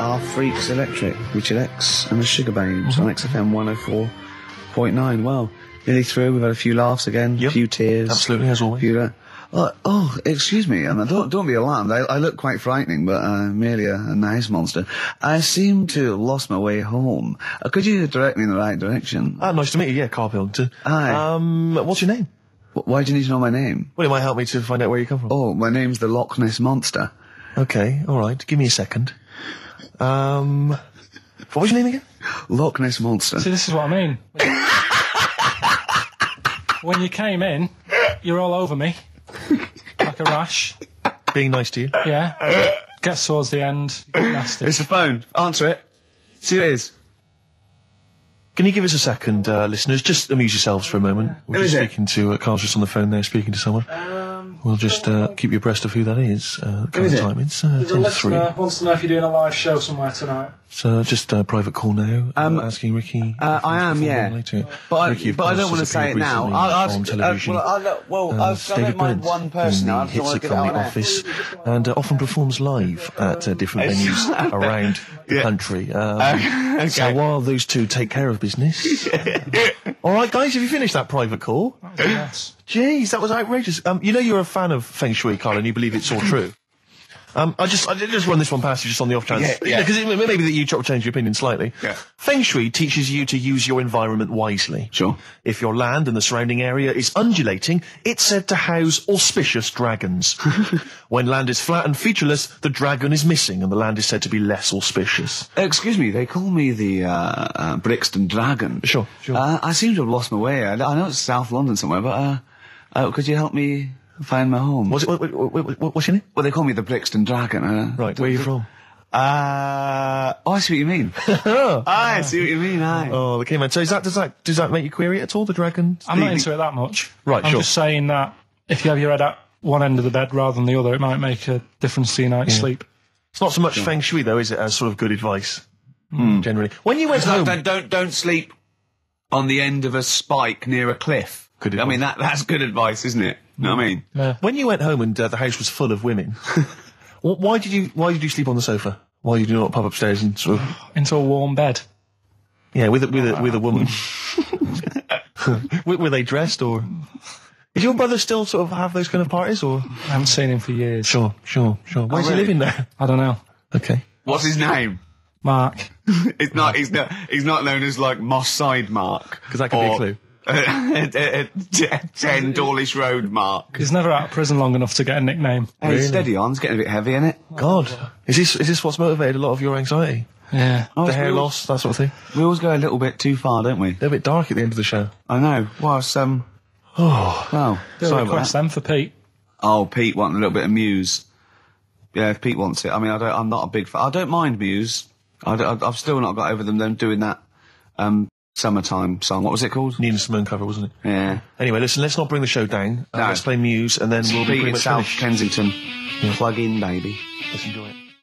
Speaker 1: Our Freaks Electric, Richard X and the Sugar Banes on XFM 104.9. Well, nearly through. We've had a few laughs again, a
Speaker 2: Yep.
Speaker 1: few tears.
Speaker 2: Absolutely, as always.
Speaker 1: few, uh, oh, oh, excuse me, Emma. Don't, don't be alarmed. I, I look quite frightening, but I'm merely a, a nice monster. I seem to have lost my way home. Uh, could you direct me in the right direction?
Speaker 2: Ah, nice to meet you. Yeah, Carl Pilkington.
Speaker 1: Hi.
Speaker 2: Um, what's your name?
Speaker 1: Wh- Why do you need to know my name?
Speaker 2: Well, it might help me to find out where you come from.
Speaker 1: Oh, my name's the Loch Ness Monster.
Speaker 2: Okay, all right. Give me a second. Um, what was your name again?
Speaker 1: Loch Ness Monster.
Speaker 3: See, this is what I mean. when you came in, you're all over me, like a rash.
Speaker 2: Being nice to you.
Speaker 3: Yeah. Gets towards the end, you get nasty.
Speaker 1: It's the phone. Answer it. See who it is.
Speaker 2: Can you give us a second, uh, listeners? Just amuse yourselves for a moment. We're
Speaker 1: Who
Speaker 2: just
Speaker 1: is it? Um,
Speaker 2: speaking to uh, Carl's just on the phone there, speaking to someone. we'll just uh, keep you abreast of who that is. Uh, the
Speaker 1: is it?
Speaker 2: time it's uh, ten to three.
Speaker 3: wants to know if you're doing a live show somewhere tonight.
Speaker 2: So just a private call now.
Speaker 1: Um,
Speaker 2: uh, asking Ricky.
Speaker 1: Uh,
Speaker 2: if he's
Speaker 1: I am,
Speaker 2: performing
Speaker 1: yeah.
Speaker 2: Later.
Speaker 1: But I,
Speaker 2: Ricky, of
Speaker 1: but I
Speaker 2: course,
Speaker 1: don't want to
Speaker 2: has
Speaker 1: say it
Speaker 2: appeared
Speaker 1: now.
Speaker 2: recently
Speaker 1: I'll, I'll,
Speaker 2: on
Speaker 1: uh,
Speaker 2: television.
Speaker 1: well, I'll, uh, well
Speaker 2: uh,
Speaker 1: I've, I
Speaker 2: David
Speaker 1: don't mind
Speaker 2: Brent,
Speaker 1: one person.
Speaker 2: who
Speaker 1: now. I just don't
Speaker 2: hits
Speaker 1: want
Speaker 2: it
Speaker 1: to get
Speaker 2: from
Speaker 1: it
Speaker 2: the
Speaker 1: on air.
Speaker 2: office and uh, often performs live at uh, different venues around the country. Um, So while those two take care of business, all right, guys, have you finished that private call?
Speaker 3: Yes.
Speaker 2: Jeez, that was outrageous. Um, you know you're a fan of Feng Shui, Carl, and you believe it's all true. Um, I just, I did just run this one past you just on the off chance.
Speaker 1: Yeah, yeah.
Speaker 2: Because it, maybe that you ch- change your opinion slightly.
Speaker 1: Yeah.
Speaker 2: Feng Shui teaches you to use your environment wisely.
Speaker 1: Sure.
Speaker 2: If your land and the surrounding area is undulating, it's said to house auspicious dragons. when land is flat and featureless, the dragon is missing and the land is said to be less auspicious.
Speaker 1: Excuse me, they call me the uh, uh, Brixton Dragon.
Speaker 2: Sure, sure.
Speaker 1: Uh, I seem to have lost my way. I, I know it's South London somewhere, but uh, uh, could you help me find my home?
Speaker 2: What's, it, what, what, what, what- what's your name?
Speaker 1: Well, they call me the Brixton Dragon. Uh,
Speaker 2: Right, where are you from?
Speaker 1: Uh, oh, I see what you mean. I see what you mean. Aye.
Speaker 2: Oh, okay, man. So is that, does that, does that make you query it at all, the dragon?
Speaker 3: I'm not into it that much.
Speaker 2: Right,
Speaker 3: I'm
Speaker 2: sure.
Speaker 3: just saying that if you have your head at one end of the bed rather than the other, it might make a difference to your night's sleep.
Speaker 2: It's not so much feng shui though, is it, as sort of good advice? Generally, when you went home,
Speaker 1: Don't, don't don't sleep on the end of a spike near a cliff.
Speaker 2: Good
Speaker 1: I mean that that's good advice, isn't it? You Know what I mean?
Speaker 2: when you went home and uh, the house was full of women, wh- why did you why did you sleep on the sofa? Why did you not pop upstairs and sort of
Speaker 3: Into a warm bed.
Speaker 2: yeah with a, with a, with a woman? were, were they dressed or? Did your brother still sort of have those kind of parties or?
Speaker 3: I haven't seen him for years.
Speaker 2: Sure, sure, sure. Where's he
Speaker 1: really?
Speaker 2: living now?
Speaker 3: I don't know.
Speaker 2: Okay.
Speaker 1: What's his name?
Speaker 3: Mark.
Speaker 1: It's not. He's not. He's not known as like Moss Side Mark
Speaker 2: 'Cause that could be a clue.
Speaker 1: be a clue. Ten Dawlish Road Mark.
Speaker 3: He's never out of prison long enough to get a nickname.
Speaker 1: Hey, steady on. It's getting a bit heavy, isn't it?
Speaker 2: God, is this is this what's motivated a lot of your anxiety?
Speaker 3: Yeah.
Speaker 2: The hair loss, that sort of thing.
Speaker 1: We always go a little bit too far, don't we?
Speaker 2: They're a bit dark at the end of the show.
Speaker 1: I know. Well, it's, um.
Speaker 2: Oh,
Speaker 1: Well,
Speaker 3: Do a
Speaker 1: sorry about
Speaker 3: request
Speaker 1: that.
Speaker 3: then for Pete.
Speaker 1: Oh, Pete wanting a little bit of Muse. Yeah, if Pete wants it. I mean, I don't. I'm not a big fan. I don't mind Muse. I don't, I- I've still not got over them. Them doing that. Um, summertime song. What was it called?
Speaker 2: Nina Simone cover, wasn't it?
Speaker 1: Yeah.
Speaker 2: Anyway, listen, let's not bring the show down. Uh,
Speaker 1: No.
Speaker 2: Let's play Muse and then we'll be
Speaker 1: Pete
Speaker 2: pretty
Speaker 1: in
Speaker 2: much
Speaker 1: South
Speaker 2: finished.
Speaker 1: Kensington. Plug in, baby.
Speaker 2: Let's enjoy it.